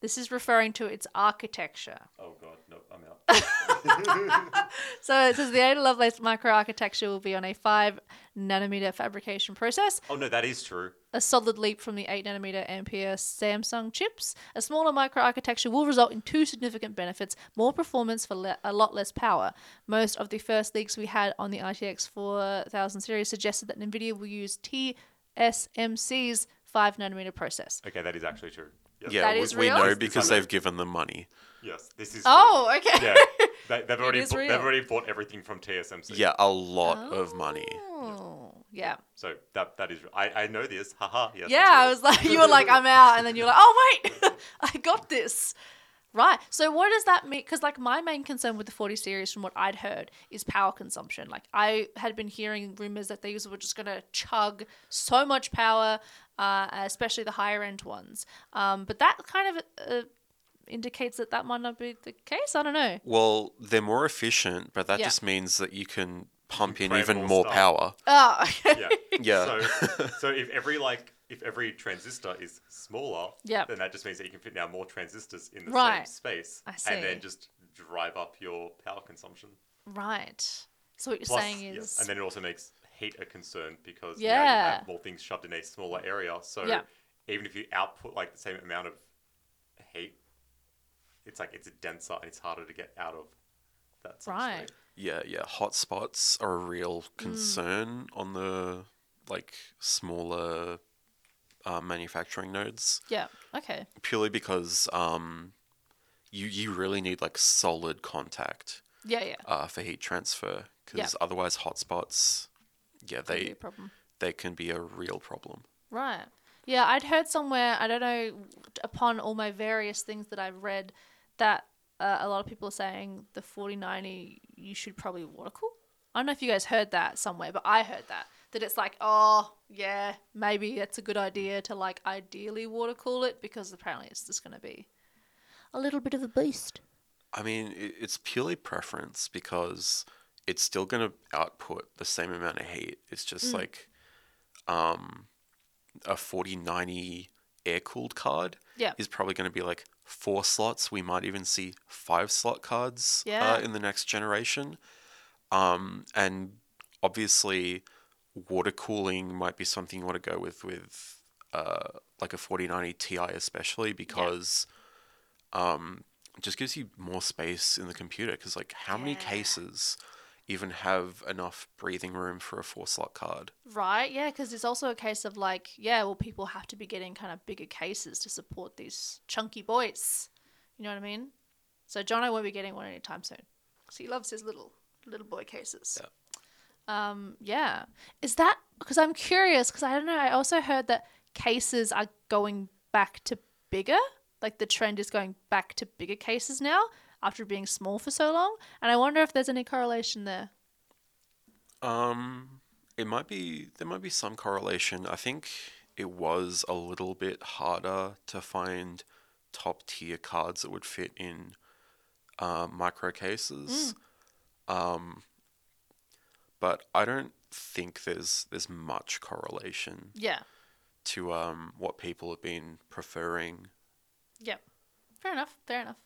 This is referring to its architecture.
Oh god, no, I'm out.
So it says the Ada Lovelace microarchitecture will be on a 5 nanometer fabrication process,
oh no, that is true.
a solid leap from the 8 nanometer Ampere Samsung chips. A smaller microarchitecture will result in two significant benefits more performance for le- a lot less power. Most of the first leaks we had on the RTX 4000 series suggested that NVIDIA will use TSMC's 5 nanometer process.
Okay, that is actually true. Yes.
Yeah,
That
we,
is
we
real?
know because they've given them money.
Yes, this is.
Oh, okay.
true. yeah. They, they've already
is
bought, they've
real.
already bought everything from TSMC.
Yeah, a lot of money.
Oh, yeah.
So that that is. I I know this. Haha. Yes. it's
Yeah, I
real.
was like, you were like, I'm out, and then you were like, oh wait, I got this. Right. So what does that mean? Because like my main concern with the 40 series, from what I'd heard, is power consumption. Like I had been hearing rumors that these were just gonna chug so much power, uh, especially the higher end ones. Um, but that kind of uh, indicates that that might not be the case. I don't know.
Well, they're more efficient, but that
Yeah.
just means that you can pump in
cram
even
more
more
stuff.
power.
Oh, okay.
Yeah.
Yeah.
So so if every like if every transistor is smaller,
Yep.
then that just means that you can fit now more transistors in the same
Right.
space,
I
and
see.
then just drive up your power consumption.
right. So what you're
Plus-
saying is,
yes, and then it also makes heat a concern because now you
Yeah.
have more things shoved in a smaller area. So
Yeah.
even if you output like the same amount of heat, it's like it's denser and it's harder to get out of that. sort of
Right.
state.
Yeah, yeah. Hotspots are a real
Mm.
concern on the like smaller uh, manufacturing nodes
yeah. Okay.
purely because um, you you really need like solid contact
Yeah. Yeah.
uh, for heat transfer
Yeah.
because otherwise hotspots, yeah,
Could be a
they
problem.
they can be a real problem.
Right. Yeah, I'd heard somewhere, I don't know, upon all my various things that I've read, that uh, a lot of people are saying the 4090, you should probably water cool. I don't know if you guys heard that somewhere, but I heard that. That it's like, oh, yeah, maybe that's a good idea to like ideally water cool it because apparently it's just going to be a little bit of a beast.
I mean, i- it's purely preference because it's still going to output the same amount of heat. It's just like um, a 4090 air cooled card
Yeah.
is probably going to be like four slots. We might even see five slot cards
Yeah.
uh, in the next generation. Um, and obviously, water cooling might be something you want to go with, with uh, like a 4090 Ti, especially because um, it just gives you more space in the computer because like how many cases even have enough breathing room for a four slot card
Right, yeah, because it's also a case of like, yeah, well, people have to be getting kind of bigger cases to support these chunky boys. You know what I mean? So Jono won't be getting one anytime soon because he loves his little little boy cases. Yeah. Um, yeah. Is that because I'm curious? Because I don't know. I also heard that cases are going back to bigger. Like the trend is going back to bigger cases now. after being small for so long. And I wonder if there's any correlation there.
Um, it might be there might be some correlation. I think it was a little bit harder to find top tier cards that would fit in uh, micro cases. Um, but I don't think there's there's much correlation
Yeah.
to um, what people have been preferring.
Yep. Fair enough. Fair enough.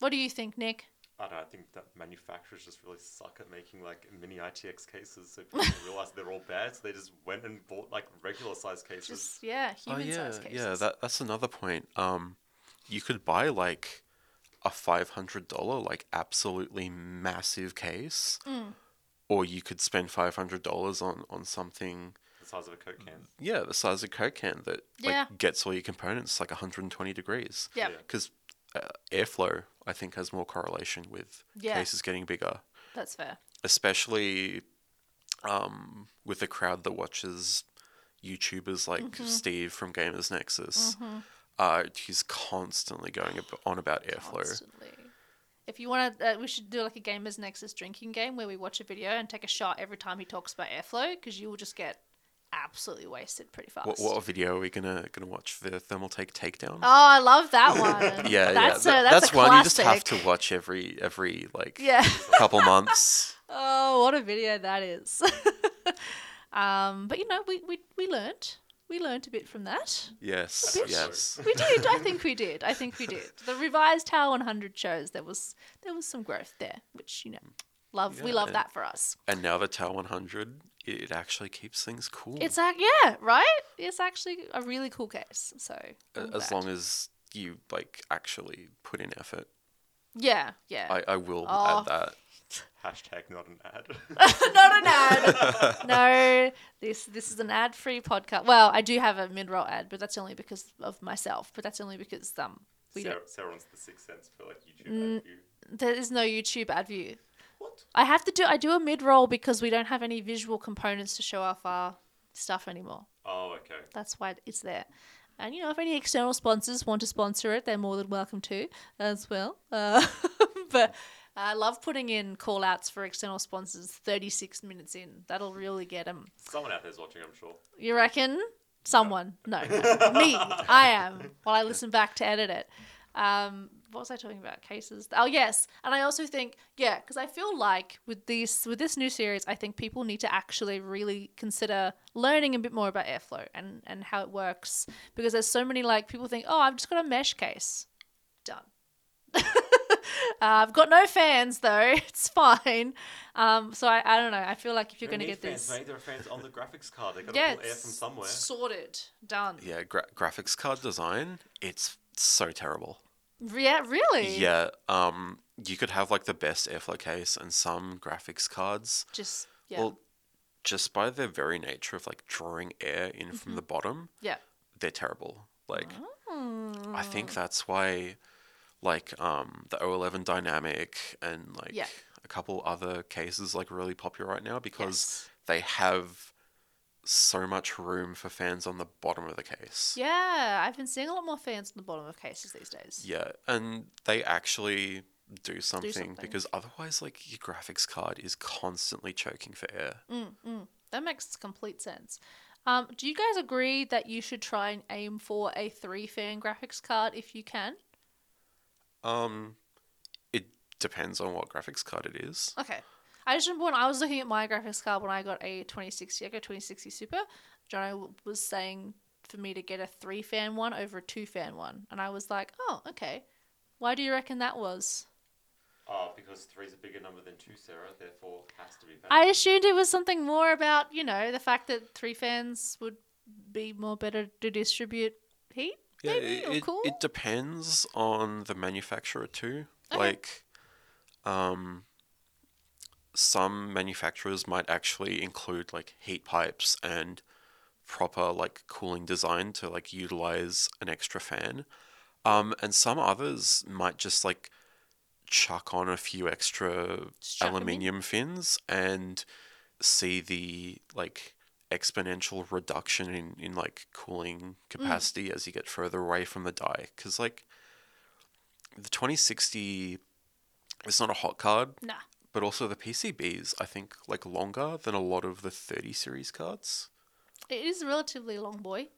What do you think, Nick?
I don't know, I think that manufacturers just really suck at making like mini ITX cases, so people realize they're all bad, so they just went and bought like regular size cases.
Just yeah, human
oh yeah,
size cases.
yeah. That that's another point. Um, you could buy like a five hundred dollar like absolutely massive case,
Mm.
or you could spend five hundred dollars on on something.
The size of a Coke
Mm,
can.
Yeah, the size of a Coke can that like
Yeah.
gets all your components like 120 degrees.
Yep.
Yeah.
Because uh, airflow, I think, has more correlation with
Yeah.
cases getting bigger,
That's fair.
especially um, with a crowd that watches YouTubers like
Mm-hmm.
Steve from Gamers Nexus. Uh, he's constantly going ab- on about airflow.
Constantly. If you want to, uh, we should do like a Gamers Nexus drinking game where we watch a video and take a shot every time he talks about airflow because you will just get absolutely wasted pretty fast.
What, what video are we gonna gonna watch for the Thermaltake takedown?
Oh, I love that one.
yeah,
that's
yeah.
A,
Th-
that's, a
one you just have
classic.
to watch every every like
Yeah.
couple months.
Oh, what a video that is. um, but you know, we we we learnt we learnt a bit from that.
Yes,
Bitch.
yes.
We did. I think we did. I think we did. The revised Tower 100 shows there was there was some growth there, which you know, love. we
Yeah,
love
and-
that for us.
And now the Tower 100, it actually keeps things cool.
It's ac yeah, right? It's actually a really cool case. So
A-
I'm
as
glad.
long as you like actually put in effort.
yeah, yeah.
I, I will
Oh.
add that.
Hashtag not an ad.
not an ad. no, this this is an ad-free podcast. Well, I do have a mid-roll ad, but that's only because of myself. But that's only because um we
Sarah,
don't, Mm.
Sarah wants the sixth sense for like YouTube ad view.
there is no YouTube ad view.
What?
I have to do I do a mid-roll because we don't have any visual components to show off our stuff anymore.
Oh, okay.
That's why it's there. And you know, if any external sponsors want to sponsor it, they're more than welcome to as well. Uh, but I love putting in call outs for external sponsors 36 minutes in. That'll really get them.
Someone out there's watching, I'm sure.
You reckon? Someone. No, no. me. I am. While I listen back to edit it. Um, what was I talking about? Cases. Oh yes, and I also think yeah, because I feel like with these with this new series, I think people need to actually really consider learning a bit more about airflow and and how it works because there's so many like people think oh I've just got a mesh case, done. Uh, I've got no fans though. It's fine. Um, so I, I don't know. I feel like if you're going to get this
Mate. There are fans on the graphics card. They got to
yeah,
pull air from
it's
somewhere.
Sorted, done. Yeah,
Yeah, gra- graphics card design, it's so terrible.
really.
Yeah, um, you could have like the best airflow case and some graphics cards.
Just yeah,
Well, just by their very nature of like drawing air in
Mm-hmm.
from the bottom,
yeah.
they're terrible. Like, I think
Oh.
that's why, like, um, the 011 Dynamic and like
Yeah.
a couple other cases like really popular right now because they have so much room for fans on the bottom of the case.
Yeah, I've been seeing a lot more fans on the bottom of cases these days.
Yeah, and they actually do something,
something.
because otherwise, like, your graphics card is constantly choking for air.
That makes complete sense. Um, do you guys agree that you should try and aim for a three fan graphics card if you can?
Um, it depends on what graphics card it is.
Okay. I just remember when I was looking at my graphics card when I got a 2060, I got 2060 Super, Jono w- was saying for me to get a three fan one over a two fan one. And I was like, oh, okay. Why do you reckon that was?
Oh, because three's a bigger number than two, Sarah. Therefore, has to be better.
I assumed it was something more about, you know, the fact that three fans would be more better to distribute heat, maybe,
it,
or
it-
cool.
it depends on the manufacturer too.
Okay.
Like, um, some manufacturers might actually include like heat pipes and proper like cooling design to like utilize an extra fan. Um, and some others might just like chuck on a few extra
Just chuck 'em in.
aluminium fins and see the like exponential reduction in, in
Mm.
like cooling capacity as you get further away from the die because like the 2060 it's not a hot card,
Nah.
but also the PCBs I think like longer than a lot of the 30 series cards
It is relatively long, boy.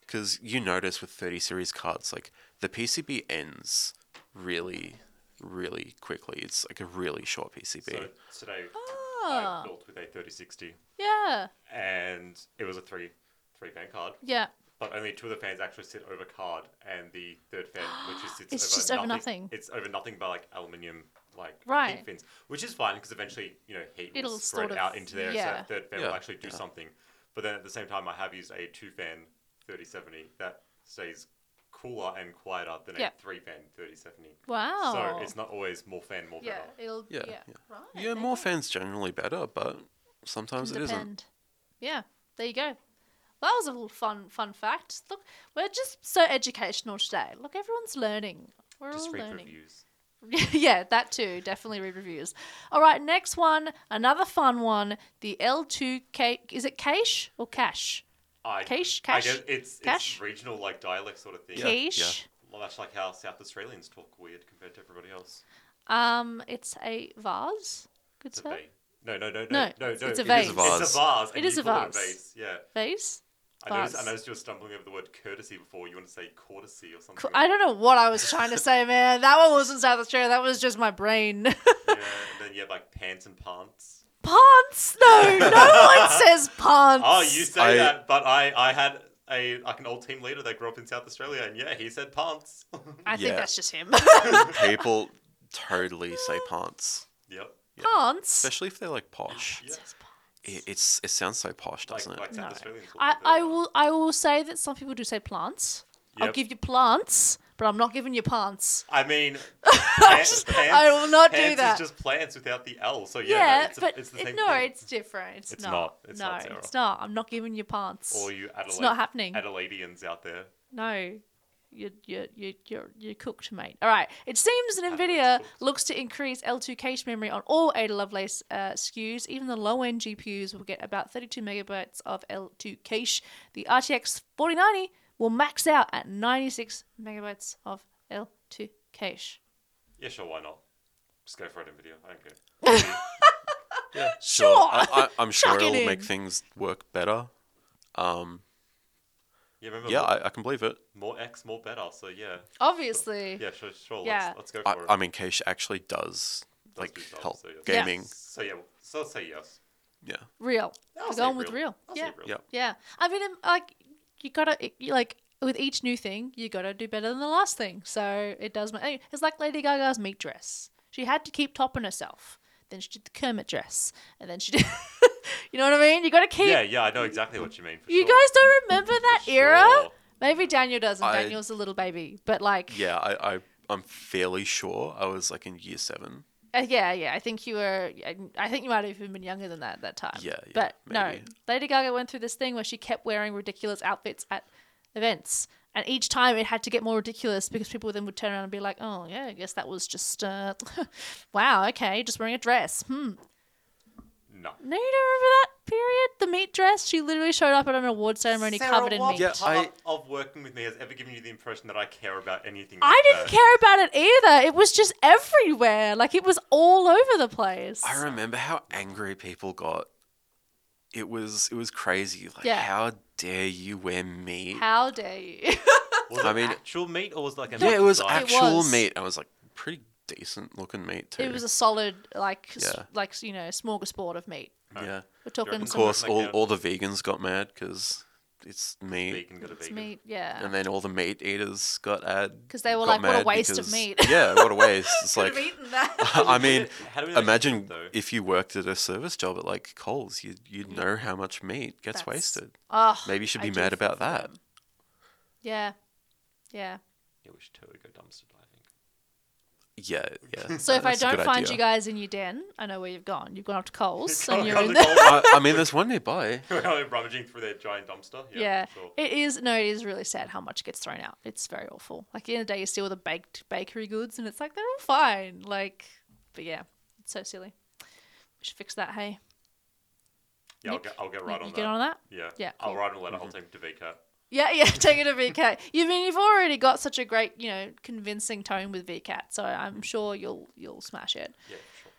because you notice with 30 series cards like the PCB ends really really quickly. It's like a really short PCB.
So today
Oh.
I built with a 3060,
Yeah.
and it was a three three fan card,
Yeah.
but only two of the fans actually sit over card, and the third fan, which is sits
It's
over
just over nothing.
It's over nothing by like aluminium like
Right.
heat fins, which is fine because eventually you know heat will
It'll
spread
sort of-
out into there,
yeah.
so that third fan
Yeah,
will actually do something. But then at the same time, I have used a two fan 3070 that stays cooler and quieter than
Yeah.
a three fan 3070.
Wow.
So it's not always more fan, more
Oh. yeah.
better.
It'll. Yeah.
Yeah,
yeah.
yeah.
Right.
yeah,
there
more
you go.
fans generally better, but sometimes it isn't.
Depend. Yeah, there you go. Well, that was a little fun fun fact. Look, we're just so educational today. Look, everyone's learning. We're all
Just read
learning.
reviews.
yeah, that too. Definitely read reviews. All right, next one. Another fun one. The L2K. Is it Cash or Cash?
I,
Cash?
I
Cash?
guess it's,
Cash?
it's regional like dialect sort of thing.
Yeah, yeah.
Quiche.
Much like how South Australians talk weird compared to everybody else.
Um, it's a vase. Good
It's a
stuff.
vase. No, no, no, no,
No,
no, no.
it's- it's a
vase.
It's a vase.
It
and
is
you
a
call it
vase.
vase, Yeah.
Vase.
I noticed, I
Vase.
noticed you were stumbling over the word courtesy before. You want to say courtesy or something.
Co- I don't know what I was trying to say, man. That one wasn't South Australia. That was just my brain.
yeah, and then you have like pants and pants.
Pants? No, no one says pants.
Oh, you say
I-
that, but I, I had a like an old team leader that grew up in South Australia, and yeah, he said pants.
I think
Yeah.
that's just him.
People totally say pants,
yep.
pants.
especially if they're like posh.
It
Yeah.
says pants.
It, it's it sounds so posh,
Like,
doesn't
like
it?
South
No.
Australians. will
I,
do that.
I will I will say that some people do say plants. I'll
Yep.
give you plants, but I'm not giving you pants.
I mean, pants,
I will not do
pants is
that.
just plants without the L. So yeah, no,
Yeah,
it's, a-
but
it's the
it-
same
no,
thing.
it's different. It's,
It's
not.
not. It's
no,
not, Sarah.
it's not. I'm not giving you pants.
All you Adelaide,
not happening.
Adelaideans out there.
No. You're, you're, you're, you're, you're cooked, mate. All right. It seems that
Adelaide's
NVIDIA
cooked.
looks to increase L2 cache memory on all Ada Lovelace uh, SKUs. Even the low end GPUs will get about 32 megabytes of L2 cache. The RTX 4090 will max out at 96 megabytes of L2 cache.
Yeah, sure, why not? Just go for it in video. I don't care.
Sure.
I, I, I'm sure
Chuck it
it'll make
in.
things work better. Um,
Yeah, remember,
yeah,
more,
I, I can believe it.
more X, more better. So yeah,
Obviously.
yeah, sure, sure.
Yeah.
Let's, let's go
I,
for it.
I mean, Cache actually does
Let's
like
do that,
help
so yeah.
Yeah.
gaming.
So yeah, so let's say yes.
Yeah.
Real.
I'll
We're
say
going with
real.
real.
I'll say
yeah.
real.
Yeah.
Yeah. I mean, um, like, you gotta, it- you, like, with each new thing, you gotta do better than the last thing. So it does, ma- it's like Lady Gaga's meat dress. She had to keep topping herself. Then she did the Kermit dress. And then she did, you know what I mean? You gotta keep,
Yeah, yeah, I know exactly what you mean. For
you
sure.
guys don't remember that era?
sure.
Maybe Daniel doesn't.
I-
Daniel's a little baby. But, like,
Yeah, I, I I'm fairly sure I was like in year seven.
Uh, yeah, yeah. I think you were. I- I think you might have even been younger than that at that time.
Yeah, yeah,
But no,
maybe.
Lady Gaga went through this thing where she kept wearing ridiculous outfits at events, and each time it had to get more ridiculous because people then would turn around and be like, "Oh yeah, I guess that was just uh, wow, okay, just wearing a dress." Hmm.
No.
No, you don't remember that period? The meat dress. She literally showed up at an award ceremony covered in
what
meat.
Yeah,
part
I-
of working with me has ever given you the impression that I care about anything?
I
like
didn't
that?
care about it either. It was just everywhere. Like it was all over the place.
I remember how angry people got. It was it was crazy. Like,
Yeah.
how dare you wear meat?
How dare you?
Was
I
it
mean-
actual meat or was it like a
yeah, it was
design?
actual
was.
meat. I was like pretty decent looking meat too.
It was a solid, like, s-
Yeah.
like you know, smorgasbord of meat.
yeah.
We're
reckon
talking
Of
Of
some
course,
like
all,
a-
all the vegans got mad because it's meat,
vegan, got a
it's
vegan.
meat, yeah.
and then all the meat eaters got ad.
'Cause they were
got
like, "What a
mad
waste of meat."
yeah, what a waste. It's like,
Could've eaten that.
I mean,
How do we know it's
imagine
meat, though?
if you worked at a service job at like Coles, you'd you'd know how much meat gets
That's-
wasted.
oh,
Maybe you should
I
be
do
mad
feel
about
for
that.
them. yeah, yeah.
Yeah, we should totally go dumpster diving.
Yeah, yeah.
So if I
that's a good
don't find
idea.
you guys in your den, I know where you've gone. You've gone up to Coles,
Can't
and you're
go
in
to
there.
Coles.
I, I mean, there's one nearby.
We're rummaging through their giant dumpster. Yeah.
Yeah,
for sure.
it is. No, it is really sad how much gets thrown out. It's very awful. Like at the end of the day, you see all the baked bakery goods, and it's like they're all fine. Like, but yeah, it's so silly. We should fix that. Hey,
Yeah, I'll
Nick,
get, I'll get right
you
on
get
that.
on that.
Yeah.
Yeah, cool.
I'll
Mm-hmm.
write a letter. I'll take it to VCAT.
Yeah, yeah, take it to VCAT. You mean you've already got such a great, you know, convincing tone with VCAT, so I'm sure you'll you'll smash it.
Yeah, sure.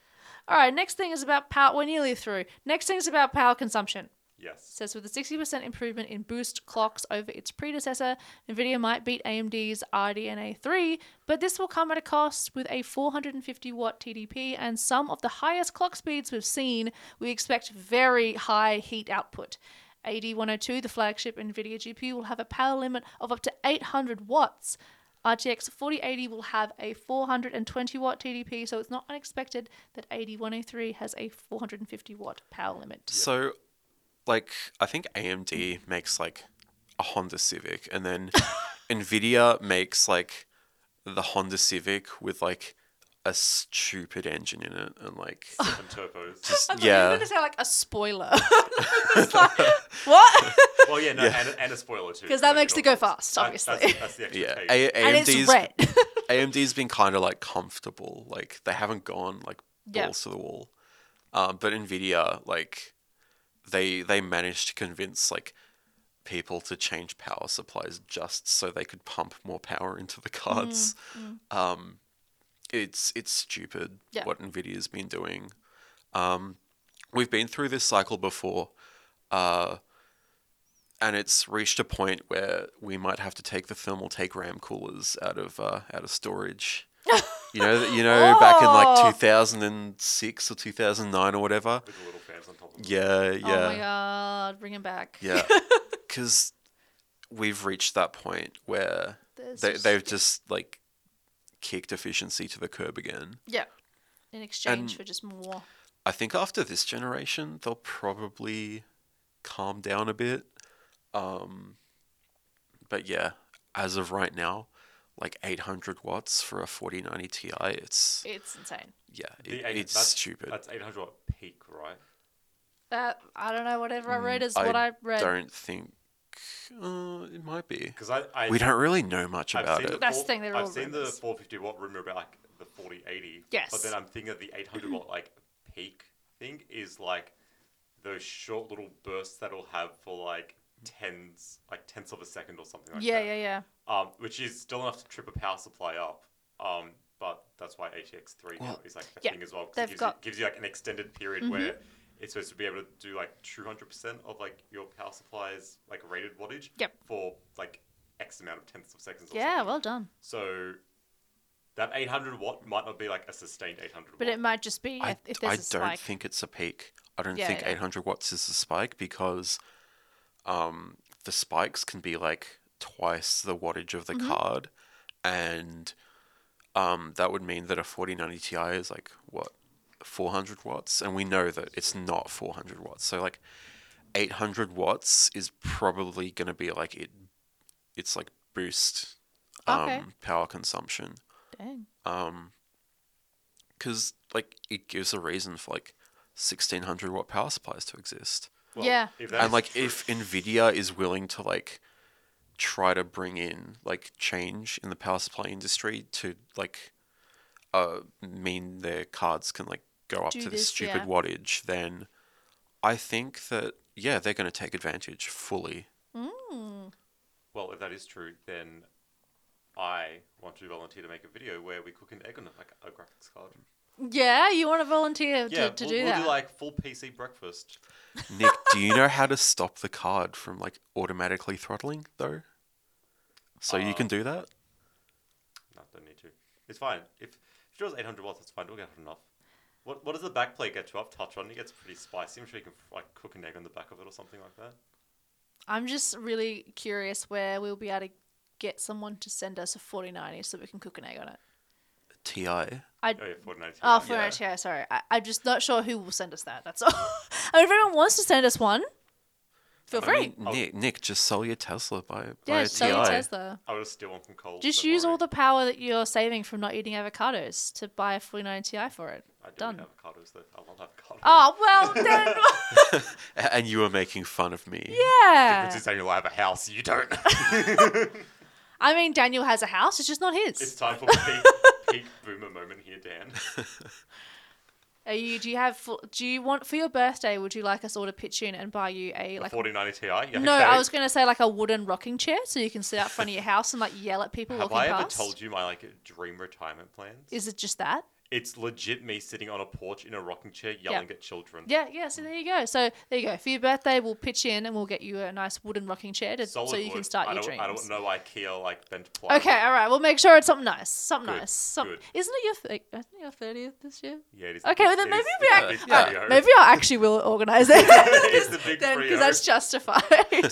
All right, next thing is about power. We're nearly through. Next thing is about power consumption.
Yes.
says with a 60% improvement in boost clocks over its predecessor, Nvidia might beat AMD's RDNA 3, but this will come at a cost with a 450 watt TDP and some of the highest clock speeds we've seen. We expect very high heat output. AD102, the flagship Nvidia GPU, will have a power limit of up to 800 watts. RTX 4080 will have a 420 watt TDP, so it's not unexpected that AD103 has a 450 watt power limit.
So, like, I think AMD makes like a Honda Civic, and then Nvidia makes like the Honda Civic with like a stupid engine in it, and like,
And turbos.
Yeah. You're
yeah,
gonna say like a spoiler. It's like, what?
well, yeah, no,
Yeah.
And, and a spoiler too.
'Cause that
Make
makes
it
it go
all
fast,
That-
obviously.
That's, that's the
yeah.
expectation.
A-
and it's
AMD's
red.
AMD's been kind of like comfortable, like they haven't gone like
Yeah.
balls to the wall. Um, but Nvidia, like, they they managed to convince like people to change power supplies just so they could pump more power into the cards. Um, it's it's stupid
Mm, Yeah.
what Nvidia's been doing. Um, we've been through this cycle before. Uh, and it's reached a point where we might have to take the thermal take RAM coolers out of uh, out of storage. you know, you know, back in
Oh.
like 2006 or 2009 or whatever.
With the little fans on top of it.
Yeah,
Oh my
yeah,
god, bring him back.
yeah. Because we've reached that point where
There's
they,
just-
they've just like kicked efficiency to the curb again.
Yeah. In exchange
And-
for just more.
I think after this generation, they'll probably calm down a bit. Um, but yeah, as of right now, like 800 watts for a 4090 Ti, it's
It's insane.
yeah,
The
it,
eight-
it's
that's,
stupid.
That's 800 watt peak, right?
That I don't know. Whatever I read is what I read.
Mm, don't think uh, it might be.
Because I, I
We don't really know much
I've
about
seen
it.
the
That's
four-
the thing, they're
I've
all
seen the
rumours.
450 watt rumor about like the 4080.
Yes.
But then I'm thinking that the 800 watt like peak thing is like those short little bursts that it'll have for like tens, like tenths of a second or something like
yeah,
that.
yeah, yeah.
Um, which is still enough to trip a power supply up. Um, but that's why ATX three now
Well,
is like a
yeah,
thing as well. 'cause
they've
it gives,
got- Mm-hmm.
you, gives you like an extended period where it's supposed to be able to do like two hundred percent of like your power supply's like rated wattage.
Yep.
For like X amount of tenths of seconds. Or
Yeah,
something.
well done.
So that 800 watt might not be like a sustained 800
But
watt.
it might just be
I,
if, if
I
there's a
don't
spike.
think it's a peak. I don't
Yeah,
think
yeah.
800 watts is a spike because um, the spikes can be like twice the wattage of the
Mm-hmm.
card, and um, that would mean that a 4090 Ti is like what 400 watts, and we know that it's not 400 watts. So like 800 watts is probably going to be like it. It's like boost um,
Okay.
power consumption
Dang.
um because like it gives a reason for like 1600 watt power supplies to exist
Yeah.
if that
and
is
like
true-
if nvidia is willing to like try to bring in like change in the power supply industry to like uh mean their cards can like go up
Do
to
this,
this stupid
yeah.
wattage then i think that yeah they're going to take advantage fully
Mm.
Well, if that is true, then I want to volunteer to make a video where we cook an egg on a, like a graphics card.
Yeah, you want to volunteer to,
Yeah,
to
we'll,
do
we'll
that?
do like full PC breakfast.
nick do you know how to stop the card from like automatically throttling though so you
Uh,
can do that
No, don't need to. It's fine. If, if it draws 800 watts, that's fine. We'll get enough. What, what does the backplate get to up touch on? It gets pretty spicy. I'm sure you can like cook an egg on the back of it or something like that.
I'm just really curious where we'll be able to get someone to send us a 4090 so we can cook an egg on it.
TI.
I
Oh yeah, 490.
Oh, for
Yeah.
yeah. sorry. I, I'm just not sure who will send us that. That's all. I mean, if anyone wants to send us one, feel
I
free.
mean, Nick, Nick, just sell your Tesla. Buy, buy
yeah,
a
sell
TI.
your Tesla.
I would steal one from Coles.
Just
don't
use all
worry.
the power that you're saving from not eating avocados to buy a 49 Ti for it.
I do
Done.
avocados though. I love avocados.
Oh, well, then.
A- And you were making fun of me.
yeah.
Because Daniel, I have a house. You don't.
I mean, Daniel has a house, it's just not his.
it's time for peak, peak boomer moment here, Dan.
Are you? Do you have? full- Do you want for your birthday? Would you like us all to pitch in and buy you a like?
4090 Ti. Yeah,
no,
okay.
I was gonna say like a wooden rocking chair so you can sit out front of your house and like yell at people
Have
walking
I ever
past.
told you my like dream retirement plans?
Is it just that?
it's legit me sitting on a porch in a rocking chair yelling at children.
Yeah, yeah. So there you go. So there you go. For your birthday, we'll pitch in and we'll get you a nice wooden rocking chair to, so
Solid
you can
wood.
start
I
your
don't,
dreams.
I don't know IKEA like bent plywood.
Okay, uh, all right. We'll make sure it's something nice. Something
Good,
nice. Some,
good.
Isn't it your th- isn't it your thirtieth this year?
Yeah, it is.
Okay, well then
it
maybe
is
we
the
ac-
big
alright,
trio.
maybe I actually will organise it
it is the big
then
trio.
because that's justified.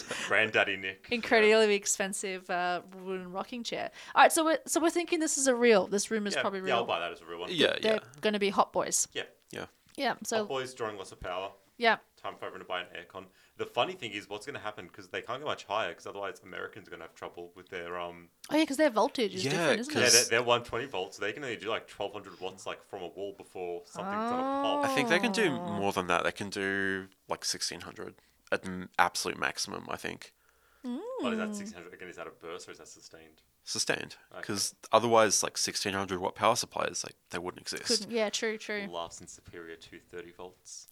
Granddaddy Nick.
Incredibly expensive uh, wooden rocking chair. All right, so we're so we're thinking this is a real. This room is
yeah,
probably real.
yeah, I'll buy that as a real one.
Yeah, yeah,
They're going to be hot boys.
yeah.
yeah.
Yeah.
So,
So
boys drawing lots of power.
yeah.
Time for everyone to buy an aircon. The funny thing is, what's going to happen because they can't go much higher because otherwise Americans are going to have trouble with their um.
Oh yeah, because their voltage is
Yeah,
different, isn't
Yeah,
it?
'cause-
they're, they're 120 volts. So they can only do like 1200 watts like from a wall before something's on a
I
Oh.
pole.
think they can do more than that. They can do like 1600 at m- absolute maximum, I think,
But is that 600 again? Is that a burst or is that sustained?
sustained.
Okay.
Because otherwise, like 1600 watt power supplies, like they wouldn't exist.
Couldn't, yeah, true, true.
Laughs in superior to 30 volts.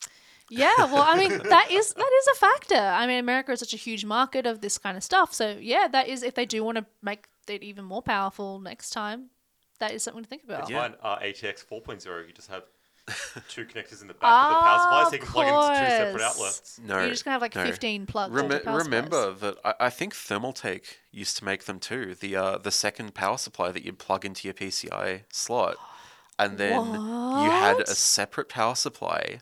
Yeah, well, I mean that is that is a factor. I mean, America is such a huge market of this kind of stuff. So yeah, that is if they do want to make it even more powerful next time, that is something to think about.
It's
Yeah.
fine. Uh, ATX 4.0, you just have two connectors in the back of the power supply
Ah,
so you can plug into two separate
course.
outlets.
No,
You're just gonna have like
no.
15 plugs. all
Rem-
the power supplies.
remember that I, I think Thermaltake used to make them too. The uh, the second power supply that you'd plug into your PCI slot, and then you had a
What?
separate power supply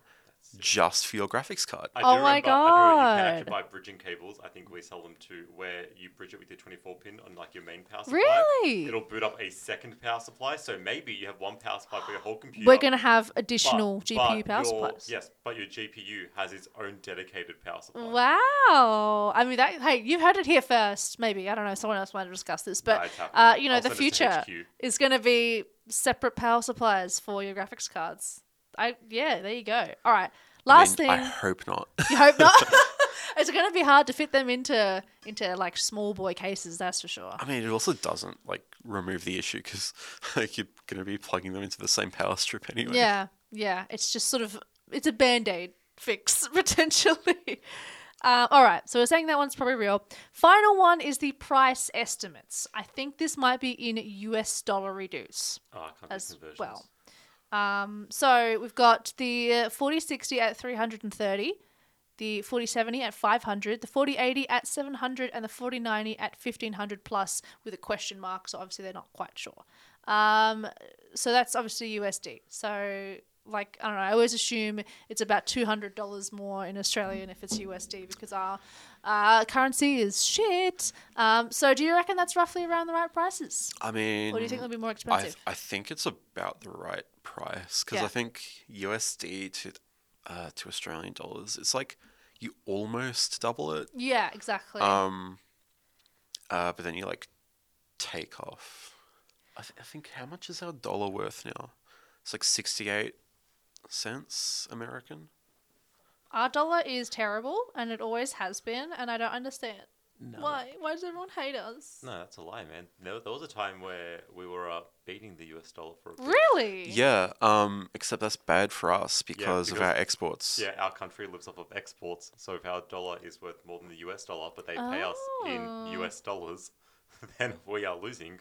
just for your graphics card.
I
Oh
do
my
remember, I do remember you can actually
God.
buy bridging cables. I think we sell them to where you bridge it with your 24 pin on like your main power supply.
Really?
It'll boot up a second power supply. So maybe you have one power supply for your whole computer.
We're gonna have
but-
additional
but
GPU power
your-
supplies.
Yes, but your GPU has its own dedicated power supply.
Wow. I mean that hey, you heard it here first, maybe. I don't know, someone else might discuss this,
Nah,
but
it's happening.
uh, you know,
I'll
the
send it to
future
HQ.
is gonna be separate power supplies for your graphics cards. I yeah, there you go. All right.
I
Last
mean,
thing
I hope not.
you hope not. it's gonna be hard to fit them into into like small boy cases, that's for sure.
I mean, it also doesn't like remove the issue because like you're gonna be plugging them into the same power strip anyway.
Yeah, yeah. It's just sort of it's a band aid fix potentially. Um, all right, so we're saying that one's probably real. Final one is the price estimates. I think this might be in US dollar reduce
Oh, I can't do
as
conversions.
well. Um, so we've got the uh, 4060 at 330, the 4070 at 500, the 4080 at 700, and the 4090 at 1500 plus with a question mark. So obviously they're not quite sure. Um, so that's obviously USD. So like I don't know, I always assume it's about two hundred dollars more in Australian if it's USD because our uh, currency is shit. Um, so do you reckon that's roughly around the right prices,
I mean,
or do you think they'll be more
I,
expensive?
th- I think it's about the right price because
Yeah.
I think USD to uh, to Australian dollars, it's like you almost double it.
Oh, yeah, exactly.
Um, uh, but then you like take off. I, th- I think how much is our dollar worth now? It's like sixty-eight cents American.
Our dollar is terrible, and it always has been, and I don't understand why. Why does everyone hate us?
No, that's a lie, man. There, there was a time where we were uh, beating the US dollar for a bit.
Really?
Yeah. Um. Except that's bad for us because, of
because-
our exports.
Yeah, our country lives off of exports, so if our dollar is worth more than the US dollar, but they pay us
Oh.
in US dollars, then we are losing.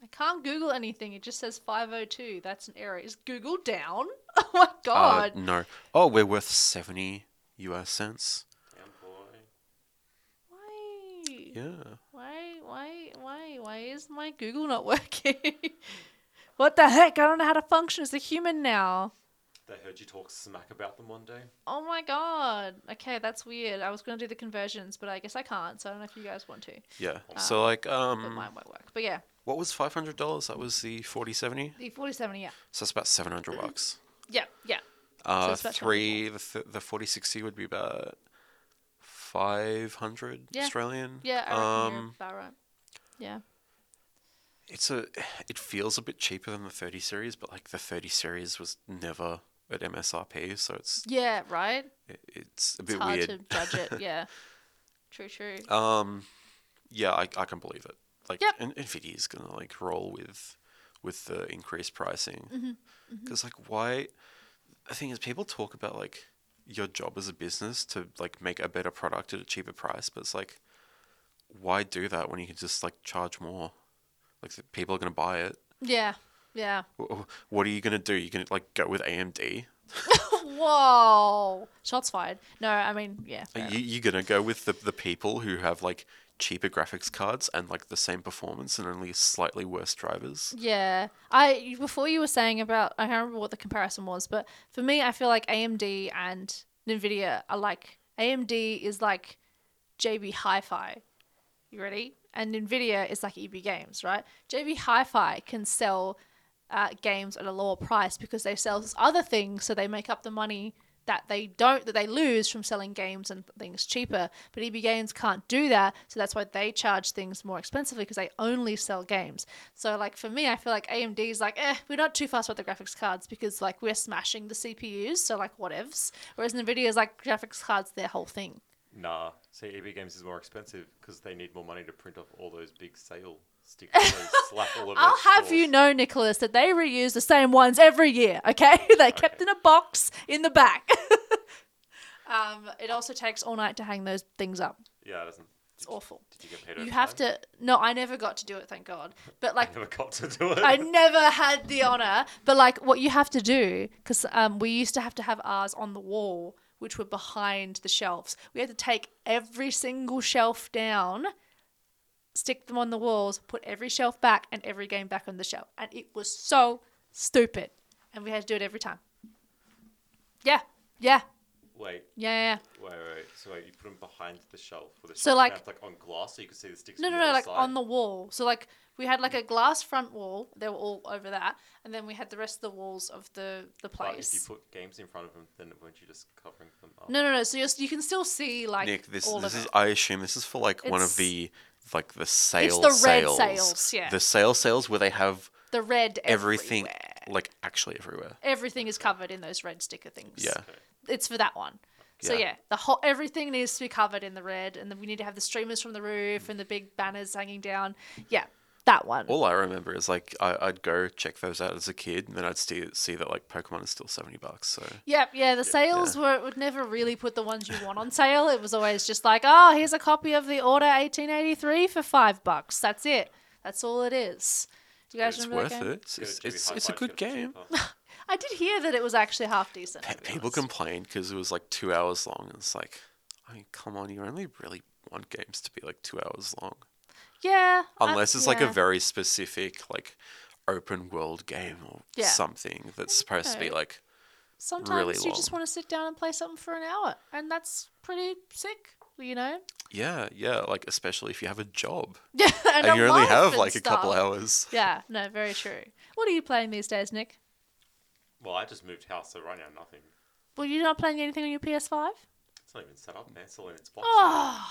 I can't Google anything. It just says five oh two. That's an error. Is Google down? Oh my
Uh,
god.
no. Oh, we're worth seventy US cents.
Damn boy.
why?
Yeah.
Why? Why? Why? Why is my Google not working? what the heck? I don't know how to function as a human now.
They heard you talk smack about them one day.
Oh my god. Okay, that's weird. I was gonna do the conversions, but I guess I can't. So I don't know if you guys want to.
Yeah. so like
But
um,
mine won't work. But yeah,
what was five hundred dollars? That was the forty seventy.
the forty seventy. Yeah.
So that's about seven hundred bucks.
Yeah. Yeah.
Uh,
Mm-hmm. it's about 200
three the th- the forty sixty would be about five hundred
Yeah.
Australian.
Yeah, I reckon you're
um,
about right. Yeah.
it's a it feels a bit cheaper than the thirty series, but like the thirty series was never at MSRP, so it's
Yeah, right?
it- it's a
It's
bit
hard
weird. Uh,
to judge it. Yeah. True, true.
Um, yeah, I, I can believe it. Like,
Yep.
and Nvidia's gonna like roll with with the increased pricing. Because like why? The thing is, people talk about like your job as a business to like make a better product at a cheaper price, but it's like, why do that when you can just like charge more? Like the people are gonna buy it.
Yeah. Yeah.
Wh- wh- What are you gonna do? You gonna like go with AMD?
Whoa. Shots fired. No, I mean, yeah. fair
Are you, you gonna go with the, the people who have like cheaper graphics cards and like the same performance and only slightly worse drivers?
Yeah, I before you were saying about I can't remember what the comparison was, but for me, I feel like AMD and Nvidia are like AMD is like JB Hi-Fi. You ready? And Nvidia is like EB Games, right? JB Hi-Fi can sell uh, games at a lower price because they sell other things, so they make up the money that they don't that they lose from selling games and things cheaper. But EB Games can't do that, so that's why they charge things more expensively because they only sell games. So like for me, I feel like AMD is like, eh, we're not too fast about the graphics cards because like we're smashing the CPUs, so like whatevs. Whereas Nvidia is like graphics cards, their whole thing.
Nah, see, EB Games is more expensive because they need more money to print off all those big sale stickers. they slap all over
I'll
their
have you
stores.
know, Nicholas, that they reuse the same ones every year. Okay, they're kept in a box in the back. um, it also takes all night to hang those things up.
Yeah, it doesn't.
It's awful.
Did you get paid?
You have to. No, I never got to do it. Thank God. But like,
Never got to do it.
I never had the honor. But like, what you have to do, because um, we used to have to have ours on the wall, which were behind the shelves. We had to take every single shelf down, stick them on the walls, put every shelf back, and every game back on the shelf. And it was so stupid. And we had to do it every time. Yeah, yeah,
Wait,
yeah, yeah. yeah.
wait, wait. So wait, you put them behind the shelf with the
So,
shelf
like-
mounted, like on glass, so you could see the sticks.
No,
from
no,
the
no,
other
like
side?
on the wall. So like we had like a glass front wall. They were all over that, and then we had the rest of the walls of the the
But
place.
if you put games in front of them, then weren't you just covering them up?
no, no, no. So you're, s- you can still see like
Nick, this
all
this
of
is
it.
I assume this is for like one
It's-
of the like the sale
the red
sales.
sales, yeah.
The sale sales where they have
the red
everything
everywhere.
like actually everywhere.
Everything is covered in those red sticker things.
Yeah.
it's for that one. So
Yeah.
yeah, the whole everything needs to be covered in the red, and then we need to have the streamers from the roof and the big banners hanging down. Yeah, that one.
All I remember is like I, I'd go check those out as a kid and then I'd see see that like Pokemon is still seventy bucks. So
Yep, yeah, the sales were it would never really put the ones you want on sale. It was always just like, oh, here's a copy of the order 1883 for five bucks. That's it. That's all it is. Do you guys
it's
remember
worth
that game?
it. It's
Go to
it's,
Chibi
it's,
Hi-Fi,
it's a
it's
good
cheaper.
game.
I did hear that it was actually half decent.
Pe-
to be
people
honest.
complained because it was like two hours long. And it's like, I mean, come on, you only really want games to be like two hours long,
Yeah. I-
unless it's like a
Uh, yeah.
very specific like open world game or
Yeah.
something that's supposed to be
know.
like.
Sometimes
really
you just
long.
want to sit down and play something for an hour, and that's pretty sick, you know.
Yeah, yeah, like especially if you have a job
Yeah, and,
and,
a
you only
life
have
and
like a couple
stuff.
hours.
Yeah, no, very true. What are you playing these days, Nick?
Well, I just moved house, so right now nothing.
Well, you're not playing anything on your PS5.
It's not even set up, man. It's still in its box.
Oh,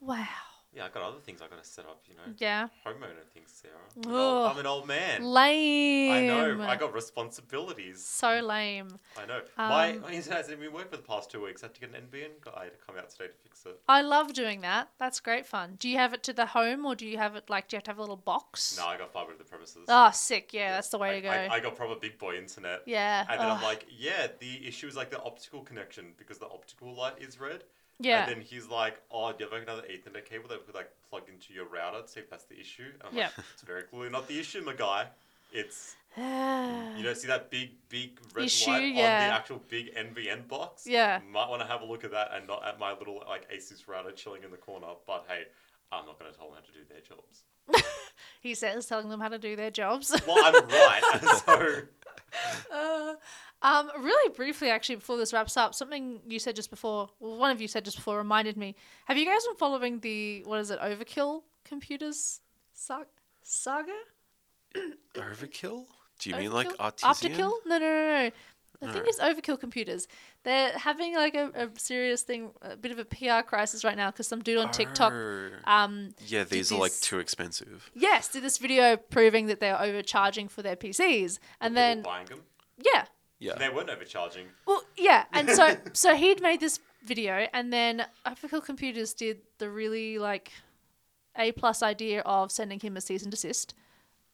wow.
Yeah, I got other things I gotta set up. You know,
Yeah.
homeowner things, Sarah. I'm an old-
Ugh.
I'm an old man.
Lame.
I know. I got responsibilities.
so lame.
I know. my,
Um,
my internet hasn't been worked for the past two weeks. I had to get an NBN guy to come out today to fix it.
I love doing that. That's great fun. Do you have it to the home or do you have it like do you have to have a little box?
No, I got fiber to the premises.
Oh, sick. Yeah, that's the
I,
way to go.
I, I got proper big boy internet.
yeah.
And then I'm
ugh.
like, yeah, the issue is like the optical connection because the optical light is red.
yeah.
And then he's like, oh, do you have like another Ethernet cable that we could like plug into your router to see if that's the issue? And I'm
Yeah.
like, it's very clearly not the issue, my guy. It's, you know, see that big, big red
Issue,
light on
yeah.
the actual big NBN box?
Yeah.
Might want to have a look at that and not at my little like Asus router chilling in the corner. But hey, I'm not going to tell them how to do their jobs.
he says telling them how to do their jobs.
Well, I'm right. so.
Um, really briefly, actually, before this wraps up, something you said just before, well, one of you said just before, reminded me. Have you guys been following the what is it, Overkill Computers sa- saga?
Overkill? Do you mean like
Overkill?
artisan?
Afterkill? No, no, no, no. The thing
Alright.
is, Overkill Computers. They're having like a, a serious thing, a bit of a PR crisis right now because some dude on TikTok.
Oh.
Um,
yeah, these are like
these-
too expensive.
yes, did this video proving that they're overcharging for their PCs, and then
People buying them.
yeah,
Yeah.
They weren't overcharging.
Well, yeah, and so so he'd made this video, and then Overkill Computers did the really like a plus idea of sending him a cease and desist.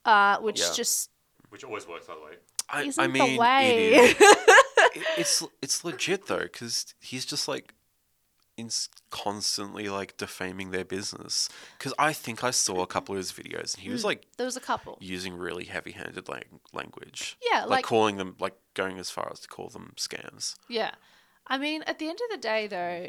uh, which
Yeah.
just
which always works, by the way.
I,
isn't
I mean,
the
it
way.
is. it- it's it's legit though, because he's just like in constantly like defaming their business. Because I think I saw a couple of his videos, and he was like
there was a couple.
using really heavy-handed lang- language.
Yeah,
like,
like-
calling them like going as far as to call them scams.
Yeah. I mean, at the end of the day, though,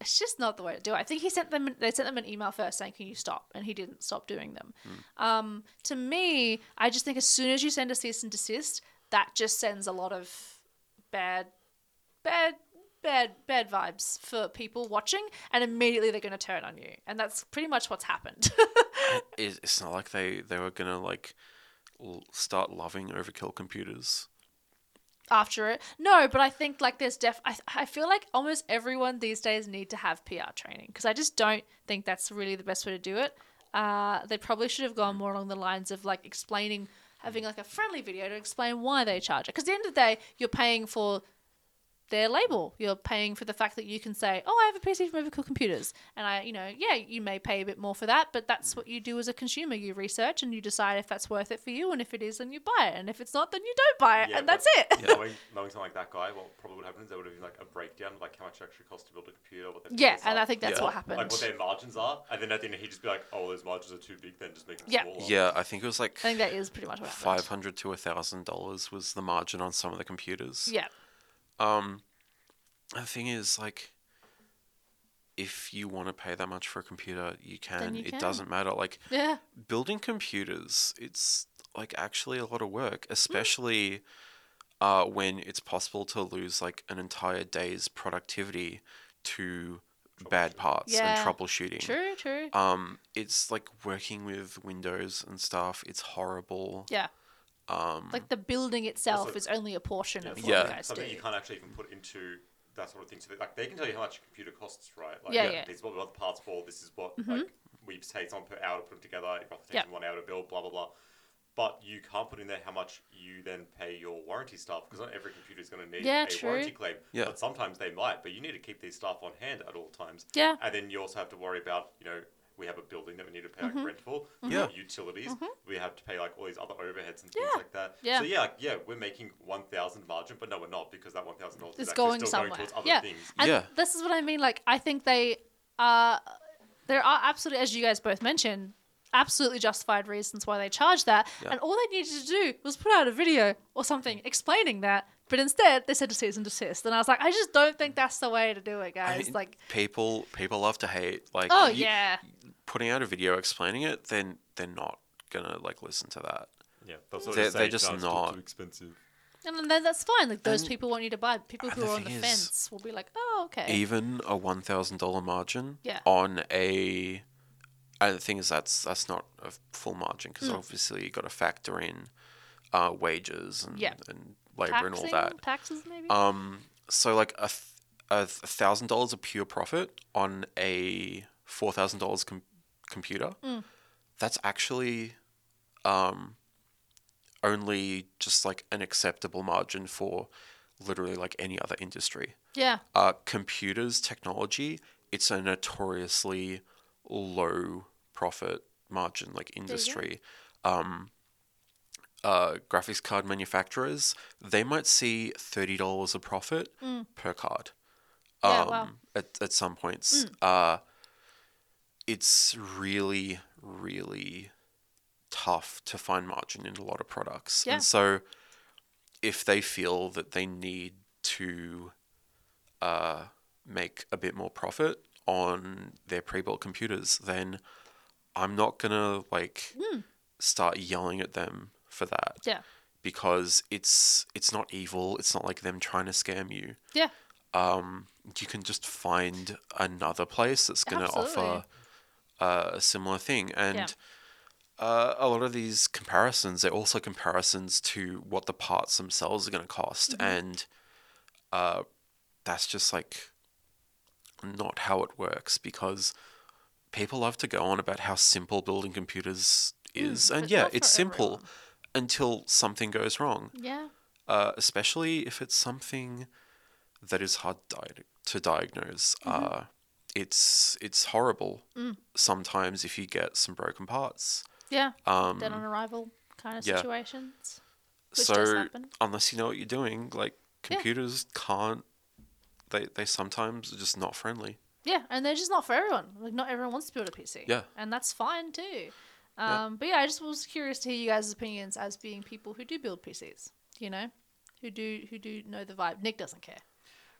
it's just not the way to do it. I think he sent them. They sent them an email first saying, "Can you stop?" And he didn't stop doing them. Um, to me, I just think as soon as you send a cease and desist, that just sends a lot of bad, bad, bad, bad vibes for people watching, and immediately they're going to turn on you, and that's pretty much what's happened.
It, it's not like they they were gonna like l- start loving overkill computers.
after it. No, but I think like there's def. I, I feel like almost everyone these days need to have PR training because I just don't think that's really the best way to do it. Uh, they probably should have gone more along the lines of like explaining, having like a friendly video to explain why they charge it. Because at the end of the day, you're paying for their label. You're paying for the fact that you can say, "Oh, I have a PC from Overkill Computers," and I, you know, yeah, you may pay a bit more for that, but that's what you do as a consumer. You research and you decide if that's worth it for you, and if it is, then you buy it, and if it's not, then you don't buy it,
Yeah,
and
but-
that's it.
Knowing, knowing something like that guy, what probably would happen is there would have been like a breakdown of like how much it actually costs to build a computer. What their
Yeah,
fees
and
are,
I think that's
Yeah.
what happened.
Like what their margins are, and then at the end he'd just be like, "Oh, those margins are too big, then just make them
Yeah.
smaller."
Yeah, I think it was like
I think that is pretty much what happened.
five hundred to thousand dollars was the margin on some of the computers.
Yeah,
Um, the thing is, like, if you want to pay that much for a computer, you can.
you
it
can.
doesn't matter. Like,
yeah,
building computers, it's like actually a lot of
Hmm.
work, especially uh, when it's possible to lose like an entire day's productivity to bad parts
Yeah.
and troubleshooting.
true, true.
Um, it's like working with Windows and stuff. It's horrible.
yeah,
Um,
like the building itself
Also-
is only a portion of what
Yeah.
you guys do.
something you can't actually even put into that sort of thing. So that, like they can tell you how much a computer costs, right? Like,
Yeah, Yeah. yeah.
These are what the parts for. This is what like we take on per hour to put them together. It roughly takes
Yeah.
them one hour to build. Blah blah blah. But you can't put in there how much you then pay your warranty staff because not every computer is going to need
Yeah,
a
true.
warranty claim.
Yeah.
But sometimes they might. But you need to keep these staff on hand at all times.
Yeah.
And then you also have to worry about you know. We have a building that we need to pay
Mm-hmm.
like rent for. We
Yeah.
have utilities. We have to pay like all these other overheads and things
Yeah.
like that.
Yeah.
So yeah, like, yeah, we're making one thousand margin, but no, we're not because that one thousand dollars
It's
is actually
going
still
somewhere.
going towards other
yeah,
things.
and
Yeah.
this is what I mean. Like, I think they are there are absolutely, as you guys both mentioned, absolutely justified reasons why they charge that.
Yeah.
And all they needed to do was put out a video or something explaining that. But instead, they said to cease and desist, and I was like, I just don't think that's the way to do it,
I
guys.
mean,
like,
people people love to hate like
oh
you-
yeah,
putting out a video explaining it, then they're not gonna like listen to that.
Yeah, that's
They're- just they're saying, just "No, it's still not- too
expensive.
And then that's fine. Like those
And-
people want you to buy. People
and
who
the
are on the
thing is-
fence will be like, "Oh, okay."
Even a one thousand dollar margin
Yeah.
on a, and the thing is that's that's not a full margin because
Hmm.
obviously you got to factor in uh, wages and
Yeah.
and labor and all
Taxing,
that.
taxes maybe.
Um, so like a th- a thousand dollars of pure profit on a four thousand dollars com- computer. That's actually, um, only just like an acceptable margin for literally like any other industry.
yeah,
Uh, computers technology. It's a notoriously low profit margin like industry. Um, uh, graphics card manufacturers, they might see thirty dollars a profit per card.
Yeah,
um,
wow. Hmm.
At at some points, uh, it's really really tough to find margin in a lot of products,
Yeah.
and so if they feel that they need to uh, make a bit more profit on their pre-built computers, then I'm not gonna like start yelling at them for that
Hmm. yeah,
because it's it's not evil. It's not like them trying to scam you.
yeah,
Um, you can just find another place that's going to offer
Absolutely.
uh, a similar thing. And uh, a lot of these comparisons, they're also comparisons to what the parts themselves are going to cost,
Mm-hmm.
and uh, that's just like not how it works because people love to go on about how simple building computers is,
Hmm, but
and
it's
yeah,
not
it's
for
simple
everyone.
until something goes wrong
yeah.
uh, especially if it's something that is hard di- to diagnose.
Mm-hmm.
Uh, it's it's
Mm.
horrible sometimes if you get some broken parts.
Yeah.
Um,
Dead on arrival. kind of
Yeah.
situations. Which does
so
happen.
unless you know what you're doing, like
Yeah.
computers can't. They they sometimes are just not friendly.
Yeah, and they're just not for everyone. Like, not everyone wants to build a PC.
Yeah.
And that's fine too.
Yeah.
Um, But yeah, I just was curious to hear you guys' opinions as being people who do build PCs, you know? Who do who do know the vibe? Nick doesn't care.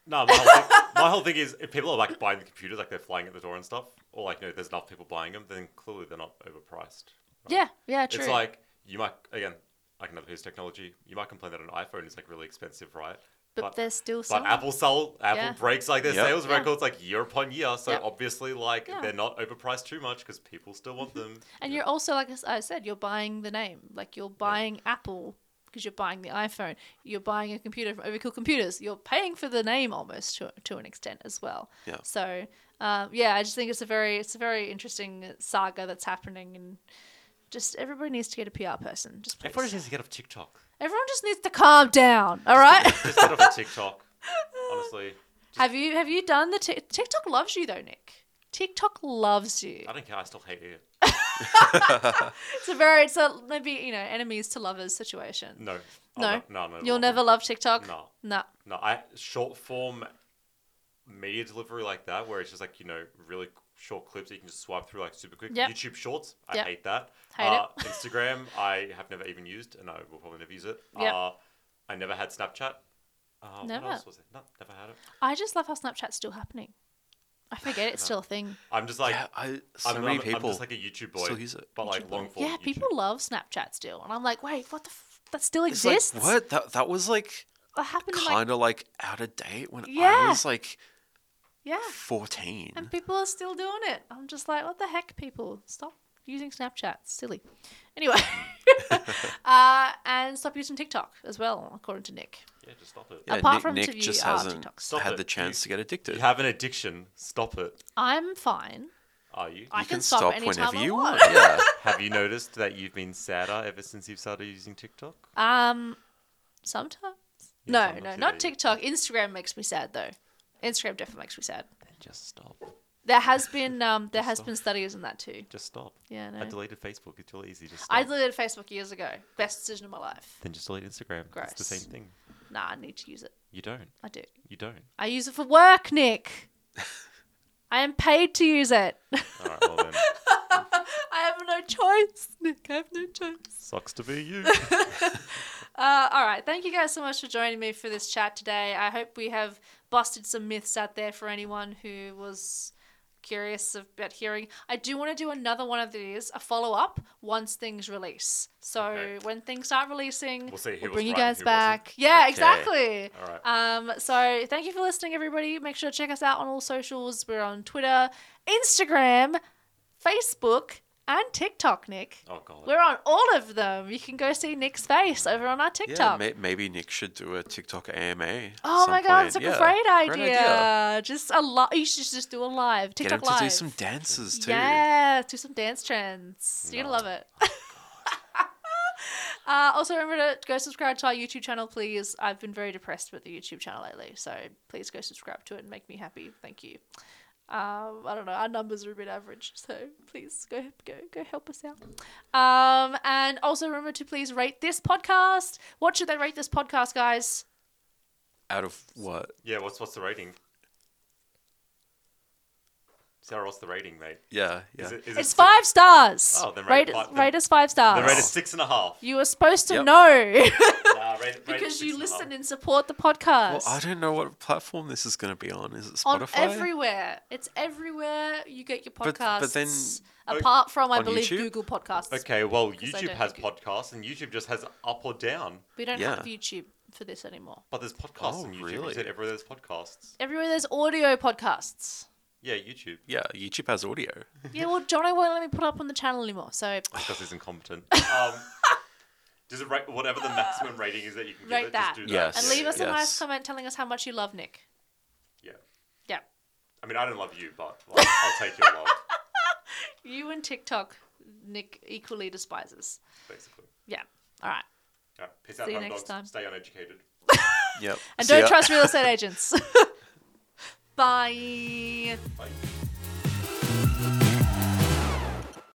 No, my whole, thing, my whole thing is if people are like buying the computers, like they're flying at the door and stuff, or like you know, there's enough people buying them, then clearly they're not overpriced. right?
Yeah, yeah, true.
It's like you might again, like another piece of technology. You might complain that an iPhone is like really expensive, right?
but, they're still
But
selling.
Apple sell Apple
Yeah.
breaks like their
Yep.
sales
Yeah.
records like year upon year. So
Yep.
obviously, like
Yeah.
they're not overpriced too much because people still want them.
And
you
you're
know.
also, like as I said, you're buying the name. Like you're buying Apple because you're buying the iPhone. You're buying a computer from Overkill Computers. You're paying for the name almost to, to an extent as well.
Yeah.
So, um, yeah, I just think it's a very it's a very interesting saga that's happening, and just everybody needs to get a PR person. Just please.
everyone just needs to get off TikTok.
Everyone just needs to calm down. All right.
Just get off of TikTok. Honestly,
have you have you done the Tik TikTok loves you though, Nick? TikTok loves you.
I don't care. I still hate it.
It's a very it's a maybe you know enemies to lovers situation.
No. Oh,
No.
No. No. no,
You'll
no.
never love TikTok.
No.
No.
No, I short form media delivery like that, where it's just like you know really short clips that you can just swipe through like super quick.
Yep.
YouTube Shorts, I
Yep.
hate that.
Hate
uh, Instagram, I have never even used, and I will probably never use it.
Yep.
Uh, I never had Snapchat. Uh, what
Never.
else was it? No, never had it.
I just love how Snapchat's still happening. I forget it's still a thing.
I'm just like
yeah, I so
I'm,
many
I'm- I'm
people.
just like a YouTube boy,
still use it.
but like
YouTube
long
boy.
form.
Yeah,
YouTube.
people love Snapchat still, and I'm like, wait, what the? F- that still
It's like,
exists?
what that that was like
That happened in like
kind of like out of date when
Yeah.
I was like
yeah,
fourteen.
and people are still doing it. I'm just like, what the heck, people? Stop using Snapchat. It's silly. Anyway, uh, and stop using TikTok as well, according to Nick.
Yeah, just stop it.
Yeah,
apart
Nick,
from ah,
Nick
to view
just
our
hasn't
TikToks.
Stop
had
it.
the chance
You-
to get addicted.
You have an addiction. Stop it.
I'm fine.
Are you?
I
You
can, stop, anytime I want.
Yeah.
have you noticed that you've been sadder ever since you've started using TikTok?
Um, sometimes.
Yeah,
no,
sometimes,
no,
yeah,
not
yeah.
TikTok. Instagram makes me sad though. Instagram definitely makes me sad.
Just stop.
There has been um, there has been studies on that too.
Just stop.
Yeah, no.
I deleted Facebook. It's really easy. Just
I
stop.
deleted Facebook years ago. Best decision of my life.
then just delete Instagram. It's the
Gross.
same thing.
Nah, I need to use it.
You don't.
I do.
You don't.
I use it for work, Nick. I am paid to use it.
All right. Well then,
I have no choice, Nick. I have no choice.
sucks to be you.
Uh, all right. Thank you guys so much for joining me for this chat today. I hope we have busted some myths out there for anyone who was curious about hearing. I do want to do another one of these, a follow up, once things release. So
Okay.
when things start releasing,
We'll see who was
bring you
right and
guys
who wasn't.
back. Yeah,
Okay.
exactly.
All right.
Um, so thank you for listening, everybody. Make sure to check us out on all socials. We're on Twitter, Instagram, Facebook, and TikTok, Nick.
Oh god.
We're on all of them. You can go see Nick's face over on our
yeah,
TikTok.
may- maybe Nick should do a TikTok AMA.
oh
some
my god,
point.
it's a
Yeah,
great, idea.
idea.
Just a lot. You should just do a live
Get
TikTok
him
live.
to do some dances too.
Yeah, do some dance trends. You're gonna
No.
love it. uh, also, remember to go subscribe to our YouTube channel, please. I've been very depressed with the YouTube channel lately, so please go subscribe to it and make me happy. Thank you. Um, I don't know. Our numbers are a bit average, so please go go go help us out. Um, and also remember to please rate this podcast. What should they rate this podcast, guys?
Out of what?
Yeah. What's what's the rating? Sarah, what's the rating, mate?
Yeah, yeah.
Is it, is
It's
it
five stars.
Oh, then
rate rate,
rate it
us-
five- then-
rate us five
The
stars.
rate is six and a half.
You were supposed to
Yep.
know.
Nah, rate, rate
because you
six and
listen
a half.
and support the podcast
Well, I don't know what platform this is going to be on. Is it
on
Spotify?
everywhere it's everywhere you get your podcasts
But- but then-
apart from i
On
believe
YouTube?
google podcasts
Okay, well,
I
YouTube
don't
has
think
podcasts, and YouTube just has up or down.
we don't
Yeah.
have youtube for this anymore
But there's podcasts
Oh,
on YouTube. You
really?
said everywhere there's podcasts.
everywhere there's audio podcasts
Yeah, YouTube.
Yeah, YouTube has audio.
yeah well jono won't let me put up on the channel anymore so
Ah,
because he's incompetent. Um, does it rate whatever the maximum rating is that you can give
Rate
it?
that.
Just do
Yes.
that.
and leave us a nice
Yes.
comment telling us how much you love nick
Yeah.
yeah
I mean, I don't love you, but like, I'll take your love,
you and tiktok nick equally despises
basically.
yeah all right
Yeah. Peace out,
See you
home
next
dogs.
time.
Stay uneducated.
Yep.
and
See
don't
ya.
trust real estate agents bye
Bye.